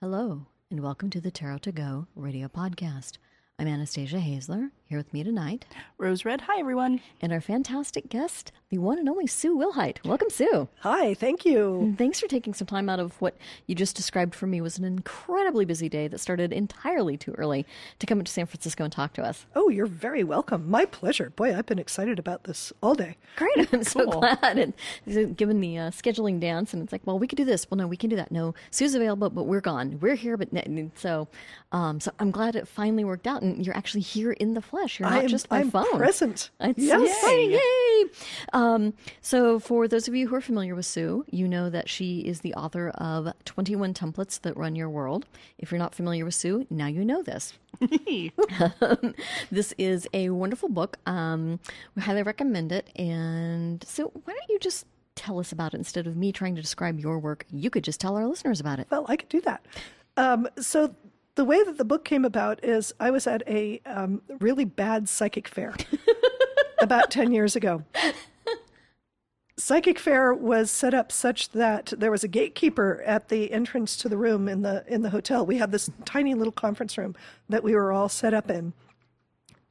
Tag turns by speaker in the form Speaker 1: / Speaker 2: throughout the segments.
Speaker 1: Hello, and welcome to the Tarot to Go radio podcast. I'm Anastasia Hazler, here with me tonight,
Speaker 2: Rose Red. Hi, everyone.
Speaker 1: and our fantastic guest, the one and only Sue Wilhite. Welcome, Sue.
Speaker 3: Hi, thank you.
Speaker 1: And Thanks for taking some time out of what you just described for me was an incredibly busy day that started entirely too early to come into San Francisco and talk to us.
Speaker 3: Oh, you're very welcome. My pleasure. Boy, I've been excited about this all day.
Speaker 1: Great. I'm so
Speaker 2: Cool.
Speaker 1: glad. And so given the uh, scheduling dance, and it's like, well, we could do this. Well, no, we can do that. No, Sue's available, but we're gone. We're here, but n- n- so, um, so I'm glad it finally worked out, and you're actually here in the flesh. You're not
Speaker 3: I am,
Speaker 1: just by
Speaker 3: I'm
Speaker 1: phone.
Speaker 3: present.
Speaker 1: It's so
Speaker 3: yes.
Speaker 1: exciting. Yay! Um, so, for those of you who are familiar with Sue, you know that she is the author of 21 Templates That Run Your World. If you're not familiar with Sue, now you know this. Um, This is a wonderful book. Um, we highly recommend it. And so, why don't you just tell us about it instead of me trying to describe your work? You could just tell our listeners about it.
Speaker 3: Well, I could do that. Um, so the way that the book came about is I was at a um, really bad psychic fair about 10 years ago. Psychic fair was set up such that there was a gatekeeper at the entrance to the room in the in the hotel. We had this tiny little conference room that we were all set up in.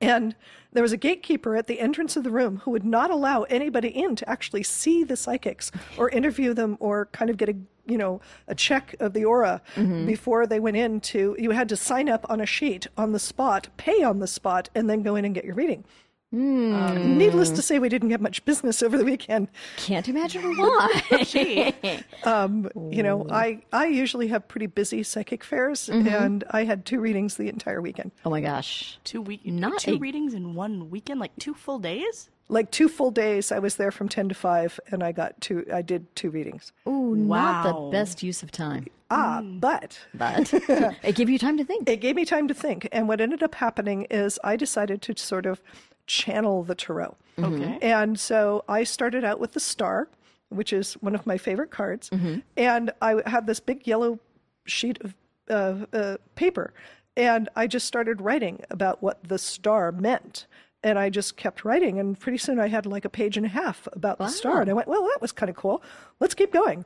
Speaker 3: And there was a gatekeeper at the entrance of the room who would not allow anybody in to actually see the psychics or interview them or kind of get a you know a check of the aura before they went in to you had to sign up on a sheet on the spot, pay on the spot, and then go in and get your reading. Um, needless to say, we didn't get much business over the weekend.
Speaker 1: Can't imagine why.
Speaker 3: You know, I I usually have pretty busy psychic fairs, and I had two readings the entire weekend,
Speaker 1: oh my gosh.
Speaker 2: Two week,
Speaker 1: Not
Speaker 2: two
Speaker 1: a-
Speaker 2: readings in one weekend, like two full days.
Speaker 3: like two full days. I was there from ten to five, and I got two. I did two readings.
Speaker 1: Ooh, not the
Speaker 2: Wow.
Speaker 1: best use of time.
Speaker 3: Ah, but
Speaker 1: But it gave you time to think.
Speaker 3: it gave me time to think. And what ended up happening is I decided to sort of channel the tarot.
Speaker 2: Okay.
Speaker 3: And so I started out with the star, which is one of my favorite cards. And I had this big yellow sheet of uh, uh, paper. And I just started writing about what the star meant. And I just kept writing. And pretty soon I had like a page and a half about the star. And I went, well, that was kind of cool. Let's keep going.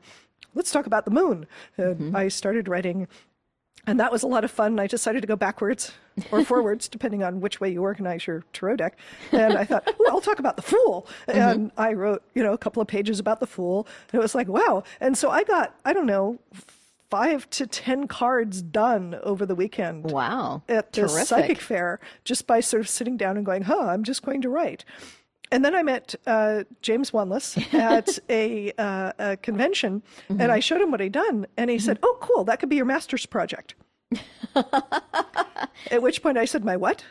Speaker 3: Let's talk about the moon. And I started writing and that was a lot of fun. I decided to go backwards or forwards, depending on which way you organize your tarot deck. And I thought, oh, I'll talk about the fool. And I wrote, you know, a couple of pages about the fool. And it was like, wow. And so I got, I don't know, five to 10 cards done over the weekend
Speaker 1: Wow.
Speaker 3: at the
Speaker 1: Terrific.
Speaker 3: psychic fair just by sort of sitting down and going, huh, I'm just going to write. And then I met uh, James Wanless at a, uh, a convention, and I showed him what I'd done, and he said, "Oh, cool, that could be your master's project." at which point I said, "My what?"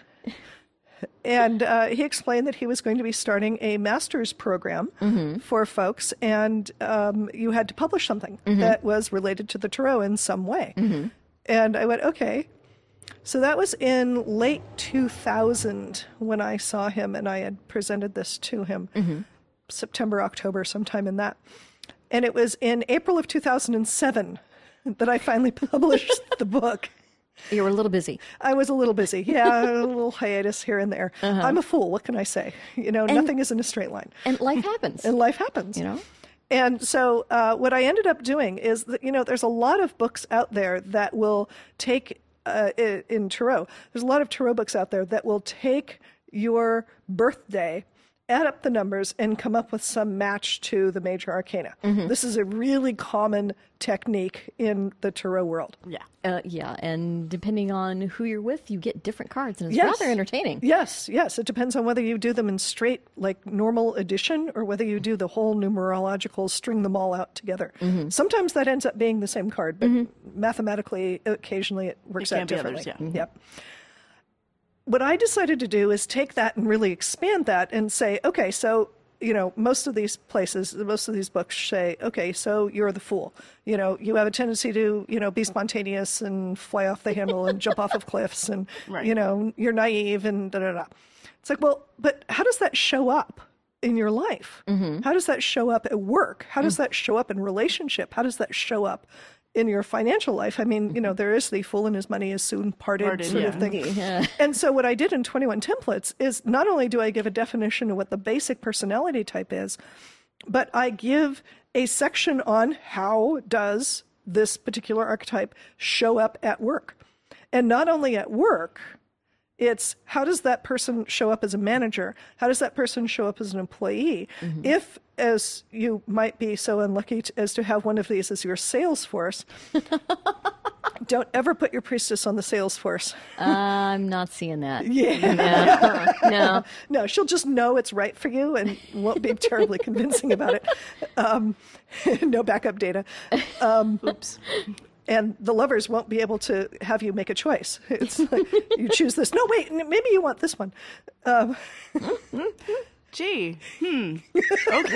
Speaker 3: And uh, he explained that he was going to be starting a master's program for folks, and um, you had to publish something that was related to the tarot in some way. And I went, okay. So that was in late 2000 when I saw him and I had presented this to him, September, October, sometime in that. And it was in April of 2007 that I finally published the book.
Speaker 1: You were a little busy.
Speaker 3: I was a little busy. Yeah, a little hiatus here and there. I'm a fool. What can I say? You know, nothing is in a straight line.
Speaker 1: And life happens.
Speaker 3: And life happens.
Speaker 1: you know?
Speaker 3: And so, uh, what I ended up doing is that, you know, there's a lot of books out there that will take, uh, i- in Tarot, there's a lot of Tarot books out there that will take your birthday, add up the numbers, and come up with some match to the major arcana.
Speaker 1: Mm-hmm.
Speaker 3: This is a really common technique in the Tarot world.
Speaker 2: Yeah.
Speaker 1: Uh, yeah, and depending on who you're with, you get different cards, and it's
Speaker 3: Yes.
Speaker 1: rather entertaining.
Speaker 3: Yes, yes. It depends on whether you do them in straight, like normal addition, or whether you do the whole numerological, string them all out together.
Speaker 2: Mm-hmm.
Speaker 3: Sometimes that ends up being the same card, but mathematically, occasionally it works
Speaker 2: It can
Speaker 3: out
Speaker 2: be others,
Speaker 3: differently.
Speaker 2: yeah. Mm-hmm.
Speaker 3: Yep. What I decided to do is take that and really expand that and say, okay, so you know most of these places most of these books say okay so you're the fool you know you have a tendency to you know be spontaneous and fly off the handle and jump off of cliffs and
Speaker 2: Right.
Speaker 3: you know know, you're naive and da da da. It's like, well, but how does that show up in your life?
Speaker 2: Mm-hmm.
Speaker 3: How does that show up at work? How
Speaker 2: Mm.
Speaker 3: does that show up in relationship? How does that show up in your financial life? I mean, you know, there is the fool and his money is soon parted,
Speaker 2: Mm-hmm. Parted,
Speaker 3: sort of
Speaker 2: yeah.
Speaker 3: thing. And so what I did in 21 templates is not only do I give a definition of what the basic personality type is, but I give a section on how does this particular archetype show up at work. And not only at work, it's how does that person show up as a manager? How does that person show up as an employee? If, as you might be so unlucky t- as to have one of these as your sales force, don't ever put your priestess on the sales force.
Speaker 1: I'm not seeing that. Yeah. No. no.
Speaker 3: No, she'll just know it's right for you and won't be terribly convincing about it. Um, no backup data. Um,
Speaker 2: Oops.
Speaker 3: and the lovers won't be able to have you make a choice. It's like, you choose this. No, wait, n- maybe you want this one. Um,
Speaker 2: Gee. Hmm.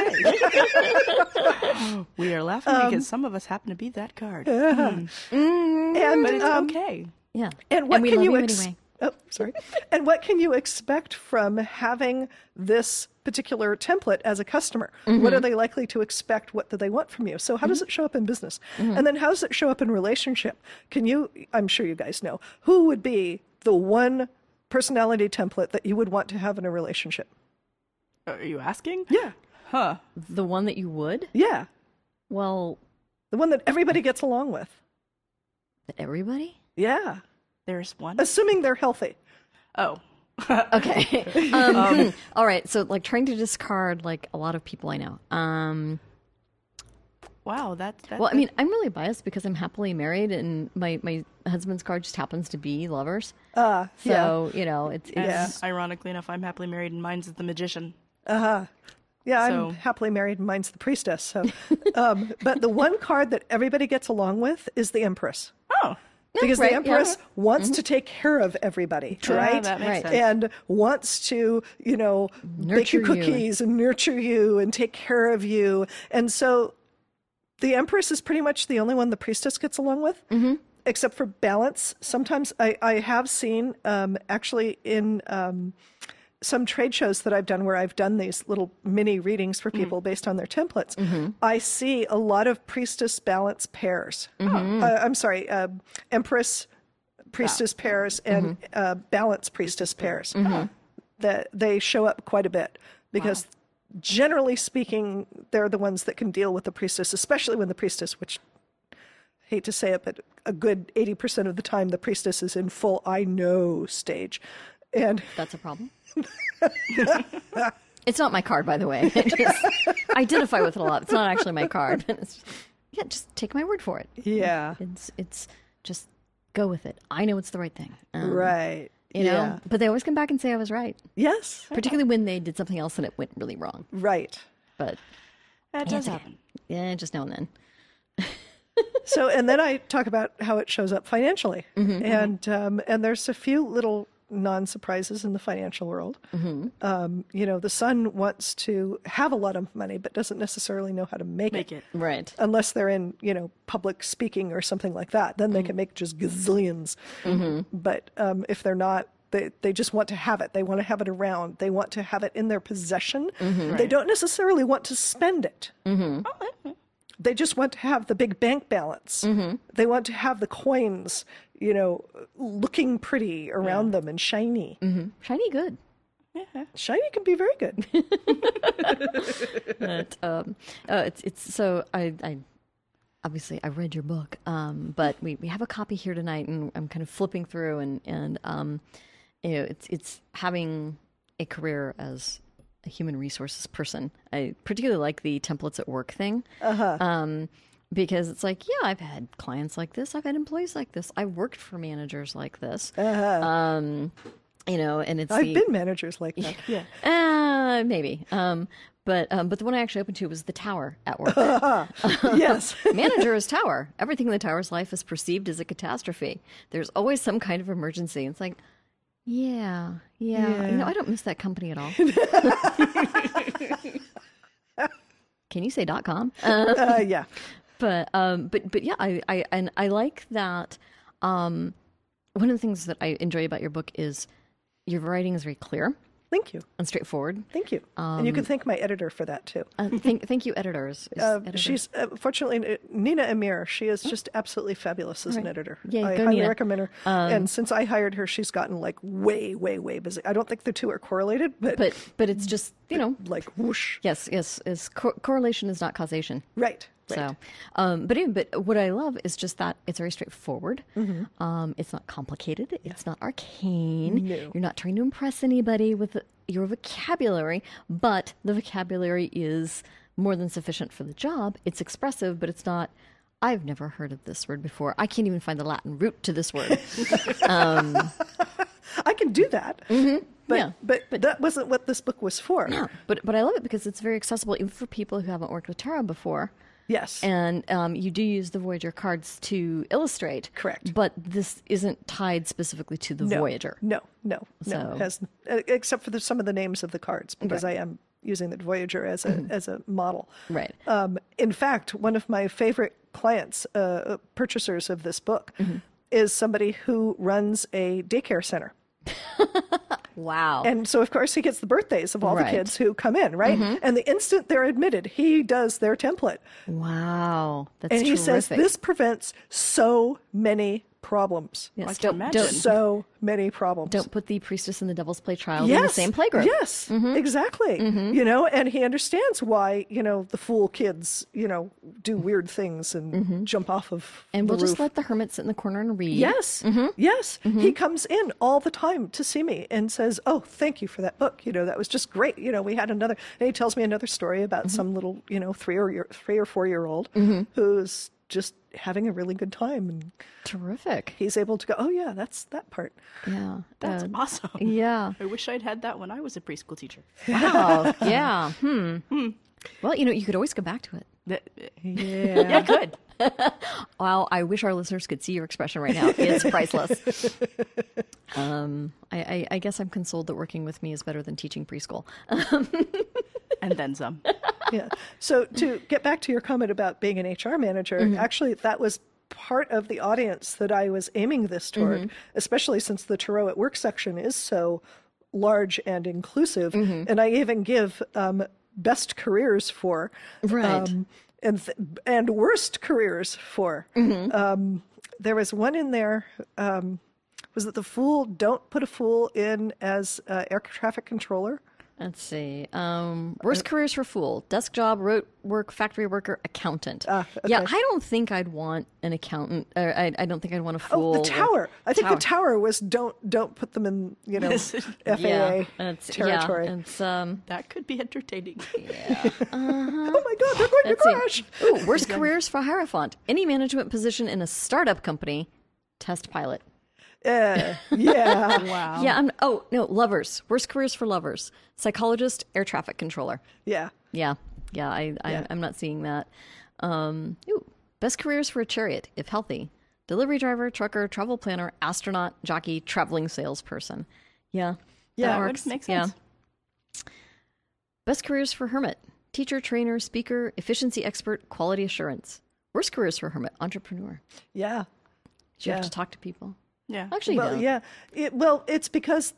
Speaker 2: Okay. we are laughing because some of us happen to be that card.
Speaker 3: and
Speaker 2: But it's
Speaker 3: um,
Speaker 2: okay.
Speaker 1: Yeah.
Speaker 3: and what
Speaker 1: we
Speaker 3: can
Speaker 1: love
Speaker 3: you
Speaker 1: you
Speaker 3: ex-
Speaker 1: anyway.
Speaker 3: Oh, sorry. and what can you expect from having this particular template as a customer? What are they likely to expect? What do they want from you? So how does it show up in business? And then how does it show up in relationship? Can you I'm sure you guys know who would be the one personality template that you would want to have in a relationship?
Speaker 2: Are you asking?
Speaker 3: Yeah.
Speaker 2: Huh.
Speaker 1: The one that you would?
Speaker 3: Yeah.
Speaker 1: Well,
Speaker 3: The one that everybody gets along with.
Speaker 1: everybody?
Speaker 3: Yeah.
Speaker 2: There's one.
Speaker 3: Assuming they're healthy.
Speaker 2: Oh.
Speaker 1: Okay. Um, all right. So, like, trying to discard like a lot of people I know. Um,
Speaker 2: Wow. That's. That,
Speaker 1: well, I mean, I'm really biased because I'm happily married, and my my husband's card just happens to be lovers.
Speaker 3: Uh, yeah.
Speaker 1: So you know, it's, it's
Speaker 2: and
Speaker 3: yeah.
Speaker 2: Ironically enough, I'm happily married, and mine's the magician.
Speaker 3: Yeah,
Speaker 2: so-
Speaker 3: I'm happily married and mine's the priestess. So, um, but the one card that everybody gets along with is the Empress.
Speaker 2: Oh.
Speaker 3: Because
Speaker 1: right,
Speaker 3: the
Speaker 1: yeah.
Speaker 3: Empress wants to take care of everybody,
Speaker 2: Ah,
Speaker 3: right?
Speaker 2: Mm-hmm. that makes
Speaker 1: Right.
Speaker 2: sense.
Speaker 3: and wants to, you know, bake
Speaker 1: Nurture
Speaker 3: you
Speaker 1: you.
Speaker 3: cookies and nurture you and take care of you. And so the Empress is pretty much the only one the priestess gets along with,
Speaker 1: Mm-hmm.
Speaker 3: except for balance. Sometimes I, I have seen, um, actually, in. Um, some trade shows that I've done where I've done these little mini readings
Speaker 1: Mm.
Speaker 3: for people based on their templates,
Speaker 1: Mm-hmm.
Speaker 3: I see a lot of priestess balance pairs.
Speaker 1: Mm-hmm.
Speaker 3: Uh, I'm sorry, uh, empress priestess pairs and
Speaker 1: Mm-hmm.
Speaker 3: uh, balance priestess pairs. That they show up quite a bit because. Generally speaking, they're the ones that can deal with the priestess, especially when the priestess, which hate to say it, but a good 80% of the time the priestess is in full I know stage. And
Speaker 1: that's a problem. it's not my card, by the way. I just identify with it a lot. It's not actually my card. It's just- yeah, just take my word for it.
Speaker 3: yeah,
Speaker 1: It's it's just go with it. I know it's the right thing. Um,
Speaker 3: right.
Speaker 1: You know, but they always come back and say I was right,
Speaker 3: Yes.
Speaker 1: particularly when they did something else and it went really wrong.
Speaker 3: Right.
Speaker 1: But
Speaker 2: That does happen.
Speaker 1: yeah, just now and then.
Speaker 3: So, and then I talk about how it shows up financially,
Speaker 2: Mm-hmm,
Speaker 3: and um, and there's a few little non-surprises in the financial world.
Speaker 2: Mm-hmm.
Speaker 3: Um, you know, the son wants to have a lot of money, but doesn't necessarily know how to make,
Speaker 2: Make it.
Speaker 1: Right.
Speaker 3: Unless they're in, you know, public speaking or something like that, then they
Speaker 2: Mm-hmm.
Speaker 3: can make just gazillions. But um, if they're not, they, they just want to have it. They want to have it around. They want to have it in their possession.
Speaker 2: Mm-hmm.
Speaker 3: They don't necessarily want to spend it.
Speaker 2: Oh,
Speaker 3: they just want to have the big bank balance.
Speaker 1: Mm-hmm.
Speaker 3: They want to have the coins, you know, looking pretty around them and shiny.
Speaker 1: Mm. Shiny good.
Speaker 3: Shiny can be very good.
Speaker 1: But, um, uh, it's, it's so I, I obviously I read your book, um, but we, we have a copy here tonight, and I'm kind of flipping through, and and um, you know, it's it's having a career as a human resources person. I particularly like the templates at work thing.
Speaker 3: Uh-huh.
Speaker 1: Um, because it's like, yeah, I've had clients like this, I've had employees like this, I've worked for managers like this. Um, you know, and it's
Speaker 3: Uh-huh. I've
Speaker 1: the,
Speaker 3: been managers like that.
Speaker 1: uh, maybe. Um, but um, but the one I actually opened to was the tower at work.
Speaker 3: yes.
Speaker 1: Manager is tower. Everything in the tower's life is perceived as a catastrophe. There's always some kind of emergency. It's like, yeah, yeah. You know, I don't miss that company at all. Can you say dot com? Uh,
Speaker 3: Uh, yeah.
Speaker 1: but um, but but yeah, I, I and I like that. Um, one of the things that I enjoy about your book is your writing is very clear
Speaker 3: Thank you.
Speaker 1: and straightforward.
Speaker 3: Thank you. and you
Speaker 1: Um,
Speaker 3: can thank my editor for that too.
Speaker 1: Uh, thank, thank you, editors. Is
Speaker 3: Uh,
Speaker 1: editor- Oh.
Speaker 3: she's uh, fortunately Nina Amir. She is just absolutely fabulous as an editor.
Speaker 1: Yay,
Speaker 3: I
Speaker 1: go
Speaker 3: highly
Speaker 1: Nina. Um,
Speaker 3: recommend her. and since I hired her, she's gotten like way, way, way busy. I don't think the two are correlated, but,
Speaker 1: but but it's just you know
Speaker 3: like whoosh,
Speaker 1: yes yes is co- correlation is not causation.
Speaker 3: right?
Speaker 1: So, um, but even, but what I love is just that it's very straightforward.
Speaker 3: Mm-hmm.
Speaker 1: Um, it's not complicated. It's not arcane.
Speaker 3: No.
Speaker 1: You're not trying to impress anybody with your vocabulary, but the vocabulary is more than sufficient for the job. It's expressive, but it's not. I've never heard of this word before. I can't even find the Latin root to this word. Um,
Speaker 3: I can do that. But,
Speaker 1: Yeah.
Speaker 3: but that wasn't what this book was for.
Speaker 1: but but I love it because it's very accessible even for people who haven't worked with Tarot before.
Speaker 3: Yes.
Speaker 1: And um, you do use the Voyager cards to illustrate.
Speaker 3: Correct.
Speaker 1: But this isn't tied specifically to the
Speaker 3: no,
Speaker 1: Voyager.
Speaker 3: No, no, no.
Speaker 1: So-
Speaker 3: it Has uh, except for the, some of the names of the cards because I am using the Voyager as a as a model.
Speaker 1: Mm-hmm. Right.
Speaker 3: Um, in fact, one of my favorite clients, uh, uh, purchasers of this book,
Speaker 1: Mm-hmm.
Speaker 3: is somebody who runs a daycare center.
Speaker 1: Wow.
Speaker 3: And so, of course, he gets the birthdays of all
Speaker 1: Right. Mm-hmm.
Speaker 3: the kids who come in, right? And the instant they're admitted, he does their template.
Speaker 1: wow. That's
Speaker 3: And he
Speaker 1: terrific.
Speaker 3: says, This prevents so many problems.
Speaker 1: Yes,
Speaker 2: I can
Speaker 1: don't,
Speaker 2: imagine.
Speaker 1: don't,
Speaker 3: So many problems.
Speaker 1: don't put the priestess and the devil's play child in the same playgroup. Mm-hmm.
Speaker 3: Yes, exactly. You know, and he understands why you know the fool kids you know do weird things and jump off of
Speaker 1: Mm-hmm. And
Speaker 3: the
Speaker 1: we'll just
Speaker 3: roof.
Speaker 1: let the hermit sit in the corner and read.
Speaker 3: Yes,
Speaker 1: Mm-hmm.
Speaker 3: yes. He comes in all the time to see me and says, "Oh, thank you for that book. You know, that was just great. You know, we had another." And he tells me another story about
Speaker 1: Mm-hmm.
Speaker 3: some little, you know, three or year, three or four year old who's just having a really good time, and
Speaker 1: Terrific.
Speaker 3: he's able to go, "Oh yeah, that's that part."
Speaker 1: Yeah.
Speaker 2: That's
Speaker 1: Uh,
Speaker 2: awesome.
Speaker 1: yeah.
Speaker 2: I wish I'd had that when I was a preschool teacher.
Speaker 1: Wow. yeah. Hmm. Well, you know, you could always go back to it.
Speaker 2: That-
Speaker 3: Yeah.
Speaker 2: yeah, good.
Speaker 1: Wow, I wish our listeners could see your expression right now. It's priceless. um, I, I, I guess I'm consoled that working with me is better than teaching preschool.
Speaker 2: And then some.
Speaker 3: yeah. So to get back to your comment about being an HR manager, actually that was part of the audience that I was aiming this toward, especially since the Tarot at Work section is so large and inclusive, and I even give um, best careers for
Speaker 1: Right.
Speaker 3: um, and th- and worst careers for. Um, there was one in there. Um, was it the fool? Don't put a fool in as uh, air traffic controller.
Speaker 1: Let's see. Um,
Speaker 3: Uh,
Speaker 1: worst careers for fool: desk job, road work, factory worker, accountant.
Speaker 3: Ah,
Speaker 1: Yeah, I don't think I'd want an accountant. Or I, I don't think I'd want a fool.
Speaker 3: Oh, the
Speaker 1: with-
Speaker 3: tower. I think the tower was don't don't put them in you know FAA
Speaker 1: Yeah, it's,
Speaker 3: territory.
Speaker 1: Yeah, it's um.
Speaker 2: That could be entertaining.
Speaker 3: oh my god, they're going to
Speaker 1: Let's
Speaker 3: crash.
Speaker 1: see. Ooh, worst careers for Hierophant: any management position in a startup company, test pilot.
Speaker 3: Yeah, Uh, yeah,
Speaker 2: Wow.
Speaker 1: Yeah, I'm. Oh no, lovers. Worst careers for lovers: psychologist, air traffic controller.
Speaker 3: yeah.
Speaker 1: Yeah, yeah. I, I I'm not seeing that. Um, ooh, best careers for a chariot if healthy: delivery driver, trucker, travel planner, astronaut, jockey, traveling salesperson. Yeah,
Speaker 3: Yeah,
Speaker 2: That
Speaker 1: that
Speaker 2: would
Speaker 1: works.
Speaker 2: make
Speaker 1: Yeah.
Speaker 2: sense.
Speaker 1: Best careers for hermit: teacher, trainer, speaker, efficiency expert, quality assurance. Worst careers for hermit: entrepreneur.
Speaker 3: yeah.
Speaker 1: You have
Speaker 3: Yeah.
Speaker 1: to talk to people.
Speaker 2: Yeah.
Speaker 1: Actually,
Speaker 3: Well,
Speaker 1: no.
Speaker 3: yeah. It, well, it's because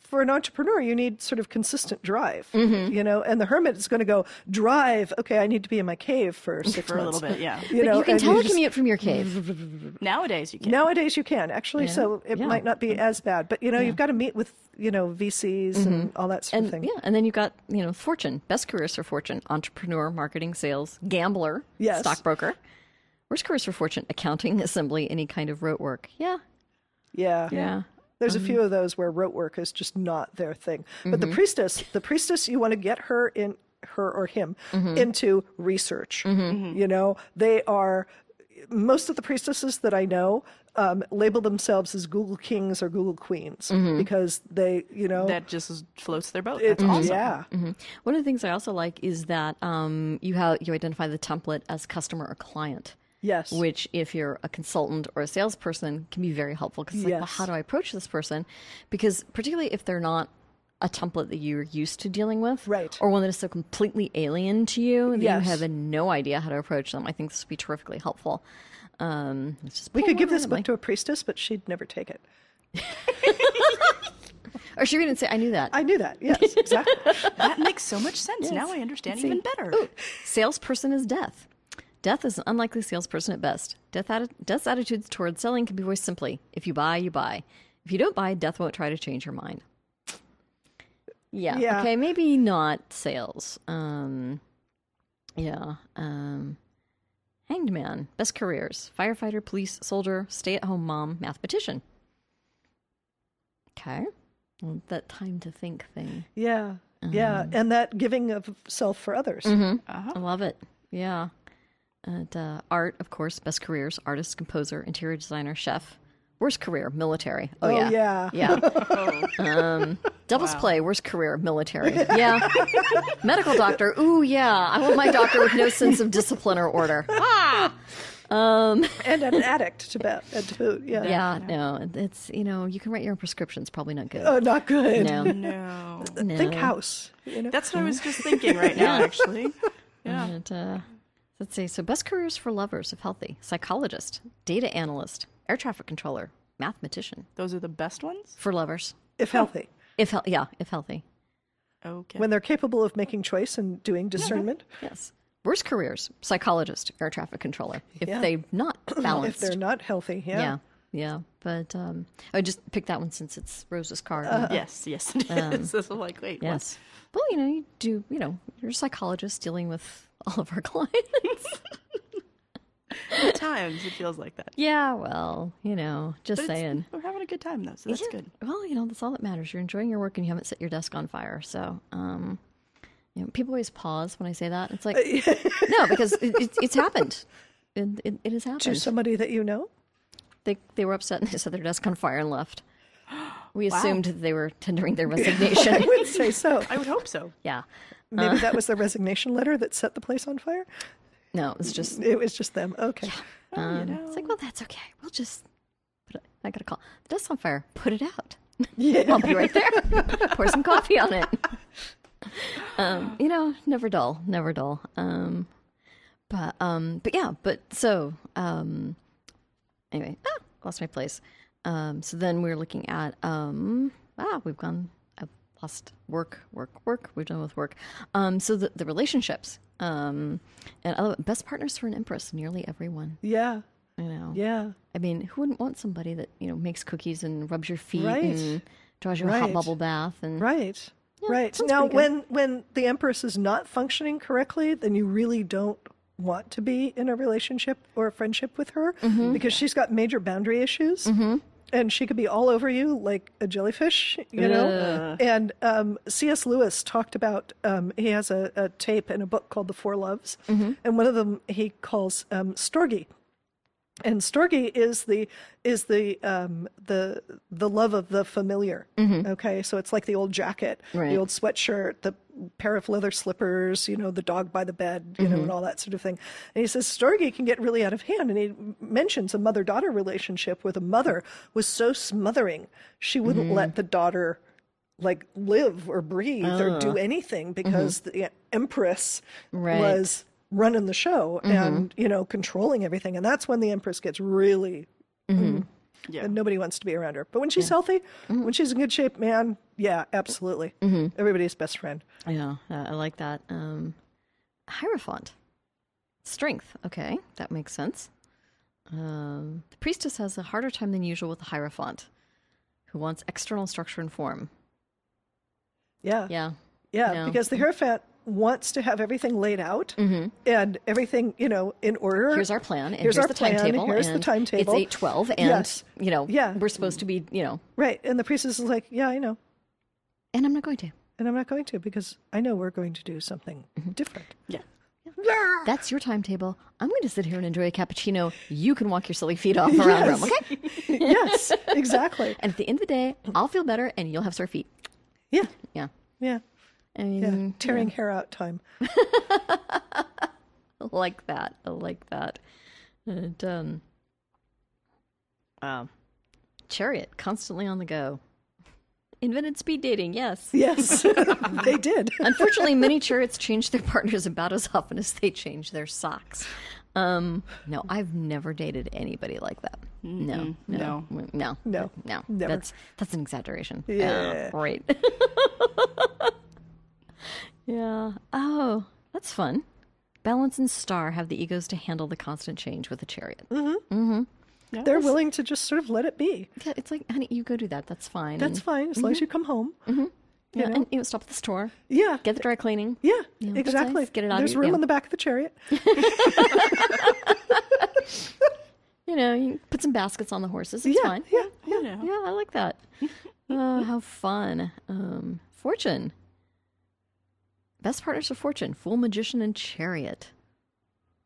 Speaker 3: for an entrepreneur, you need sort of consistent drive, you know. And the hermit is going to go drive. Okay, I need to be in my cave for six
Speaker 2: For a
Speaker 3: months.
Speaker 2: little bit, yeah.
Speaker 3: You know,
Speaker 1: you can
Speaker 3: and you just-
Speaker 1: telecommute from your cave.
Speaker 2: Nowadays, you can.
Speaker 3: Nowadays you can actually, so it
Speaker 1: Yeah.
Speaker 3: might not be as bad. But you know, you've got to meet with you know VCs and all that sort of
Speaker 1: And
Speaker 3: thing.
Speaker 1: yeah, and then you've got, you know, fortune, best careers for fortune, entrepreneur, marketing, sales, gambler,
Speaker 3: Yes.
Speaker 1: stockbroker. Worst careers for fortune, accounting, assembly, any kind of rote work. Yeah.
Speaker 3: Yeah.
Speaker 1: Yeah.
Speaker 3: There's
Speaker 1: Mm-hmm.
Speaker 3: a few of those where rote work is just not their thing. But the priestess, the priestess, you want to get her in her or him
Speaker 1: Mm-hmm.
Speaker 3: into research. You know, they are most of the priestesses that I know um, label themselves as Google kings or Google queens
Speaker 1: Mm-hmm.
Speaker 3: because they, you know,
Speaker 2: That just is- floats their boat.
Speaker 3: it-
Speaker 2: That's awesome.
Speaker 3: yeah,
Speaker 1: One of the things I also like is that um, you have you identify the template as customer or client,
Speaker 3: yes,
Speaker 1: which if you're a consultant or a salesperson can be very helpful because like, well,
Speaker 3: Yes.
Speaker 1: how do I approach this person? Because particularly if they're not a template that you're used to dealing with,
Speaker 3: Right.
Speaker 1: or one that is so completely alien to you that
Speaker 3: Yes.
Speaker 1: you have no idea how to approach them, I think this would be terrifically helpful. Um, let's just
Speaker 3: we
Speaker 1: pull
Speaker 3: could give
Speaker 1: one
Speaker 3: this book
Speaker 1: randomly.
Speaker 3: to a priestess, but she'd never take it.
Speaker 1: or should we didn't say I knew that
Speaker 3: I knew that. Yes, exactly.
Speaker 2: That makes so much sense. Now I understand even better.
Speaker 1: salesperson is death. Death is an unlikely salesperson at best. Death atti- death's attitudes towards selling can be voiced simply: if you buy, you buy. If you don't buy, death won't try to change your mind. Yeah.
Speaker 3: Yeah.
Speaker 1: Okay. Maybe not sales. Um, yeah. Um, Hanged man, best careers, firefighter, police, soldier, stay at home mom, mathematician. Okay. Well, that time to think thing.
Speaker 3: Yeah.
Speaker 1: Um.
Speaker 3: Yeah. And that giving of self for others. Uh-huh.
Speaker 1: I love it. Yeah. And uh, art, of course, best careers, artist, composer, interior designer, chef. Worst career, military. Oh,
Speaker 3: Oh,
Speaker 1: yeah.
Speaker 3: yeah.
Speaker 1: Yeah. um, devil's play, worst career, military. Yeah. Medical doctor. Ooh, yeah. I want my doctor with no sense of discipline or order.
Speaker 3: And an addict to, bet, uh, to boot. Yeah.
Speaker 1: Yeah, no. It's, you know, you can write your own prescriptions. Probably not good.
Speaker 3: Oh, not good.
Speaker 1: No.
Speaker 2: No.
Speaker 1: no.
Speaker 3: Think house. You know?
Speaker 2: That's what I was just thinking right now, actually. Yeah.
Speaker 1: And, uh, let's see. So, best careers for lovers of healthy psychologist, data analyst, air traffic controller, mathematician
Speaker 2: Those are the best ones?
Speaker 1: for lovers.
Speaker 3: if healthy.
Speaker 1: If hel- yeah, if healthy,
Speaker 2: Okay.
Speaker 3: When they're capable of making choice and doing discernment.
Speaker 1: yes. Worst careers: psychologist, air traffic controller. If
Speaker 3: Yeah.
Speaker 1: they're not
Speaker 3: If
Speaker 1: balanced,
Speaker 3: they're not healthy. Yeah.
Speaker 1: yeah, yeah. But um, I just picked that one since it's Rose's card.
Speaker 2: yes, yes, it is. This is like, wait, what?
Speaker 1: yes. Well, you know, you do. You know, you're a psychologist dealing with all of our clients.
Speaker 2: At times it feels like that.
Speaker 1: yeah. Well, you know, just
Speaker 2: But it's-
Speaker 1: saying.
Speaker 2: we're having a good time though, so that's good.
Speaker 1: Well, you know, that's all that matters. You're enjoying your work and you haven't set your desk on fire. So, um, you know, people always pause when I say that. It's like, no, because it, it, it's happened. It, it, it has
Speaker 3: To
Speaker 1: happened.
Speaker 3: somebody that you know.
Speaker 1: They, they were upset and they set their desk on fire and left. We assumed that they were tendering their resignation.
Speaker 3: I would say so.
Speaker 2: I would hope so.
Speaker 1: yeah. Uh.
Speaker 3: Maybe that was the resignation letter that set the place on fire.
Speaker 1: No, it's just,
Speaker 3: It was just them. Okay.
Speaker 1: um, it's like, well, that's okay. We'll just put it, I got a call. The desk's on fire. Put it out.
Speaker 3: Yeah.
Speaker 1: I'll be right there. Pour some coffee on it. Um, you know, never dull, never dull. Um, but um, but yeah, but so um, anyway, ah, lost my place. Um, so then we are looking at um, ah, we've gone. I lost work, work, work. We're done with work. Um, so the, the relationships. Um, and I love it. best partners for an empress. Nearly everyone.
Speaker 3: Yeah.
Speaker 1: You know.
Speaker 3: Yeah.
Speaker 1: I mean, who wouldn't want somebody that you know makes cookies and rubs your feet
Speaker 3: Right.
Speaker 1: and draws you a hot
Speaker 3: Right.
Speaker 1: bubble bath and
Speaker 3: Right. right.
Speaker 1: Mm-hmm. sounds
Speaker 3: Now
Speaker 1: pretty good.
Speaker 3: when when the empress is not functioning correctly, then you really don't want to be in a relationship or a friendship with her
Speaker 1: Mm-hmm.
Speaker 3: because she's got major boundary issues. And she could be all over you like a jellyfish, you know. And um, C.S. Lewis talked about um, he has a, a tape and a book called The Four Loves,
Speaker 1: Mm-hmm.
Speaker 3: and one of them he calls um, Storgy, and storgy is the is the um the the love of the familiar okay so it's like the old jacket
Speaker 1: Right.
Speaker 3: the old sweatshirt the pair of leather slippers you know the dog by the bed you know and all that sort of thing and he says storgy can get really out of hand and he m- mentions a mother-daughter relationship where the mother was so smothering she wouldn't let the daughter like live or breathe or do anything because the empress
Speaker 1: Ah. Mm-hmm. Right. Mm-hmm.
Speaker 3: was running the show and you know controlling everything and that's when the empress gets really
Speaker 1: Mm-hmm.
Speaker 3: mm,
Speaker 2: Yeah.
Speaker 3: and nobody wants to be around her but when she's healthy when she's in good shape man yeah absolutely
Speaker 1: Mm-hmm.
Speaker 3: everybody's best friend
Speaker 1: yeah, uh, I like that. Um, Hierophant, strength. Okay, that makes sense. Um, the priestess has a harder time than usual with the Hierophant, who wants external structure and form.
Speaker 3: yeah
Speaker 1: Yeah,
Speaker 3: Yeah,
Speaker 1: No.
Speaker 3: because the Hierophant wants to have everything laid out and everything, you know, in order.
Speaker 1: Mm-hmm. here's our plan. And
Speaker 3: Here's
Speaker 1: here's,
Speaker 3: our
Speaker 1: the
Speaker 3: plan,
Speaker 1: timetable.
Speaker 3: here's the
Speaker 1: and
Speaker 3: timetable.
Speaker 1: It's eight twelve, and
Speaker 3: Yes.
Speaker 1: you know,
Speaker 3: Yeah.
Speaker 1: we're supposed to be, you know,
Speaker 3: right. And the priestess is like, yeah, I know.
Speaker 1: and I'm not going to.
Speaker 3: And I'm not going to because I know we're going to do something
Speaker 1: Mm-hmm.
Speaker 3: different.
Speaker 2: Yeah.
Speaker 1: That's your timetable. I'm going to sit here and enjoy a cappuccino. You can walk your silly feet off around Rome, okay?
Speaker 3: yes, exactly.
Speaker 1: And at the end of the day, I'll feel better and you'll have sore feet.
Speaker 3: Yeah,
Speaker 1: Yeah.
Speaker 3: yeah,
Speaker 1: I
Speaker 3: yeah.
Speaker 1: mean,
Speaker 3: Tearing hair out time.
Speaker 1: I like that. I like that. And, um, wow. Chariot, constantly on the go. Invented speed dating, yes.
Speaker 3: Yes, they did.
Speaker 1: Unfortunately, many chariots change their partners about as often as they change their socks. Um, no, I've never dated anybody like that. No, no, no, no,
Speaker 3: No,
Speaker 1: no.
Speaker 3: never.
Speaker 1: That's that's an exaggeration.
Speaker 3: Yeah.
Speaker 1: Uh, right. yeah. Oh, that's fun. Balance and Star have the egos to handle the constant change with a chariot.
Speaker 3: Mm. They're willing to just sort of let it be.
Speaker 1: Yeah, it's like, honey, you go do that. That's fine.
Speaker 3: That's
Speaker 1: and,
Speaker 3: fine as long as you come home.
Speaker 1: yeah, and you know, stop at the store,
Speaker 3: Yeah,
Speaker 1: Mm-hmm. get the dry cleaning.
Speaker 3: yeah,
Speaker 1: Yeah, that's
Speaker 3: exactly.
Speaker 1: nice. Get it out of
Speaker 3: There's
Speaker 1: your-
Speaker 3: room
Speaker 1: yeah.
Speaker 3: in the back of the chariot.
Speaker 1: you know, you put some baskets on the horses. It's
Speaker 3: yeah,
Speaker 1: fine.
Speaker 3: yeah, yeah.
Speaker 2: You know.
Speaker 1: Yeah, I like that. oh, how fun. Um, Fortune. Best partners for Fortune. Fool, Magician, and Chariot.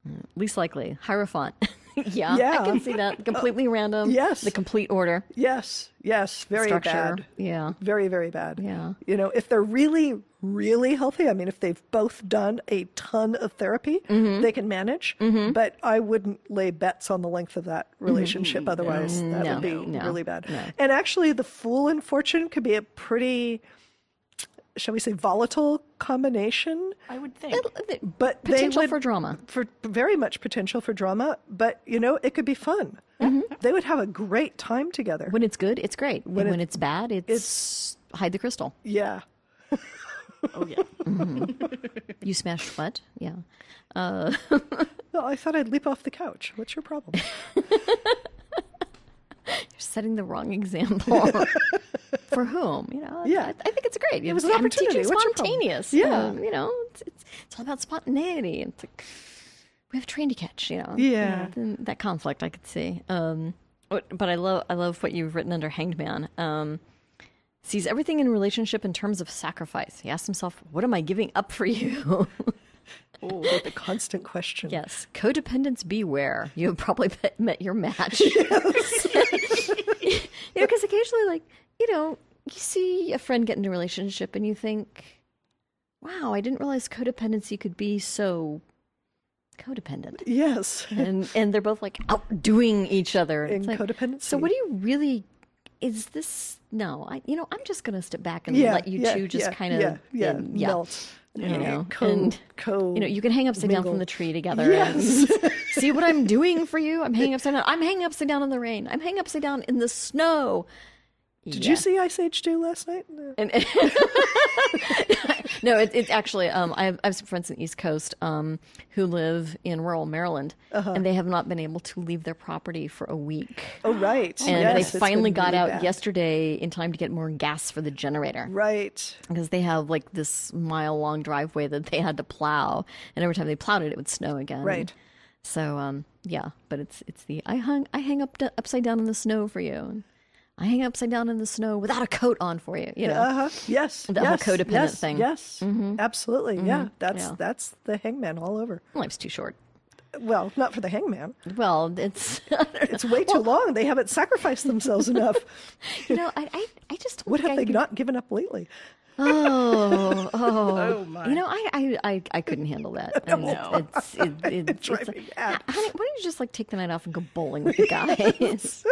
Speaker 1: Mm, Least likely. Hierophant. yeah, I
Speaker 3: Yeah.
Speaker 1: can see that. Completely random.
Speaker 3: yes.
Speaker 1: The complete order.
Speaker 3: Yes, yes, very
Speaker 1: structure.
Speaker 3: bad.
Speaker 1: Yeah.
Speaker 3: Very, very bad.
Speaker 1: Yeah.
Speaker 3: You know, if they're really, really healthy, I mean, if they've both done a ton of therapy,
Speaker 1: Mm-hmm.
Speaker 3: they can manage. But I wouldn't lay bets on the length of that relationship. Otherwise, that
Speaker 1: Mm-hmm. No,
Speaker 3: would be
Speaker 1: no,
Speaker 3: really bad.
Speaker 1: no.
Speaker 3: And actually, the fool and fortune could be a pretty, shall we say, volatile combination.
Speaker 2: I would think.
Speaker 3: But they
Speaker 1: uh, Potential
Speaker 3: would-
Speaker 1: for drama.
Speaker 3: for very much potential for drama. But you know, it could be fun.
Speaker 1: Mm-hmm.
Speaker 3: They would have a great time together.
Speaker 1: When it's good, it's great. When, when it's bad, it's, hide the crystal.
Speaker 3: yeah.
Speaker 2: Oh yeah.
Speaker 1: You smash what? Yeah.
Speaker 3: Well, I thought I'd leap off the couch. What's your problem?
Speaker 1: You're setting the wrong example. For whom? You know,
Speaker 3: Yeah.
Speaker 1: I, I think it's great. It
Speaker 3: was an opportunity.
Speaker 1: Teaching
Speaker 3: What's your problem?
Speaker 1: spontaneous.
Speaker 3: Yeah.
Speaker 1: um, you know, it's, it's, it's all about spontaneity. It's like, we have a train to catch, you know.
Speaker 3: Yeah.
Speaker 1: Then that conflict I could see. Um, what- but I love I love what you've written under Hanged Man. Um, sees everything in relationship in terms of sacrifice. He asks himself, "What am I giving up for you?"
Speaker 3: Oh, the constant question.
Speaker 1: yes, codependence beware. You have probably pe- met your match. you know, because occasionally, like you know, you see a friend get into a relationship and you think, "Wow, I didn't realize codependency could be so codependent."
Speaker 3: Yes.
Speaker 1: and and they're both like outdoing each other.
Speaker 3: In
Speaker 1: It's like,
Speaker 3: codependency.
Speaker 1: So what do you really? Is this no? I you know I'm just gonna step back and
Speaker 3: yeah,
Speaker 1: let you
Speaker 3: yeah,
Speaker 1: two just
Speaker 3: yeah,
Speaker 1: kind of
Speaker 3: yeah, yeah, melt.
Speaker 1: You know,
Speaker 3: co,
Speaker 1: and,
Speaker 3: co,
Speaker 1: you know you can hang upside down from
Speaker 3: mingle.
Speaker 1: the tree together. and
Speaker 3: Yes.
Speaker 1: see what I'm doing for you? I'm hanging upside down. I'm hanging upside down in the rain. I'm hanging upside down in the snow.
Speaker 3: Did you see Ice Age 2 last night? No.
Speaker 1: And, no, it, it's actually um, I, have, I have some friends in the East Coast um, who live in rural Maryland, and they have not been able to leave their property for a week.
Speaker 3: Uh-huh. Oh, right.
Speaker 1: And
Speaker 3: yes, it's
Speaker 1: they
Speaker 3: been
Speaker 1: finally got
Speaker 3: really
Speaker 1: out
Speaker 3: bad.
Speaker 1: yesterday in time to get more gas for the generator
Speaker 3: Right.
Speaker 1: because they have like this mile long driveway that they had to plow, and every time they plowed it, it would snow again.
Speaker 3: Right.
Speaker 1: So um, yeah, but it's it's the I hung I hang up upside down in the snow for you. And I hang upside down in the snow without a coat on for you. You know.
Speaker 3: Uh huh. Yes.
Speaker 1: The whole
Speaker 3: yes,
Speaker 1: codependent
Speaker 3: yes,
Speaker 1: thing. Mm-hmm.
Speaker 3: Yes. Absolutely. Yeah. That's
Speaker 1: yeah.
Speaker 3: that's the hangman all over.
Speaker 1: Life's too short.
Speaker 3: Well, not for the hangman.
Speaker 1: Well, it's
Speaker 3: It's way too long. They haven't sacrificed themselves enough.
Speaker 1: you know I I, I just don't
Speaker 3: What
Speaker 1: think
Speaker 3: have
Speaker 1: I
Speaker 3: they
Speaker 1: could-
Speaker 3: not given up lately?
Speaker 1: Oh, oh,
Speaker 2: Oh, my.
Speaker 1: You know, I, I, I, I couldn't handle that. I mean,
Speaker 2: No.
Speaker 1: It's, it, it, it's,
Speaker 3: drives me mad.
Speaker 1: Honey, why don't you just like take the night off and go bowling with the guys?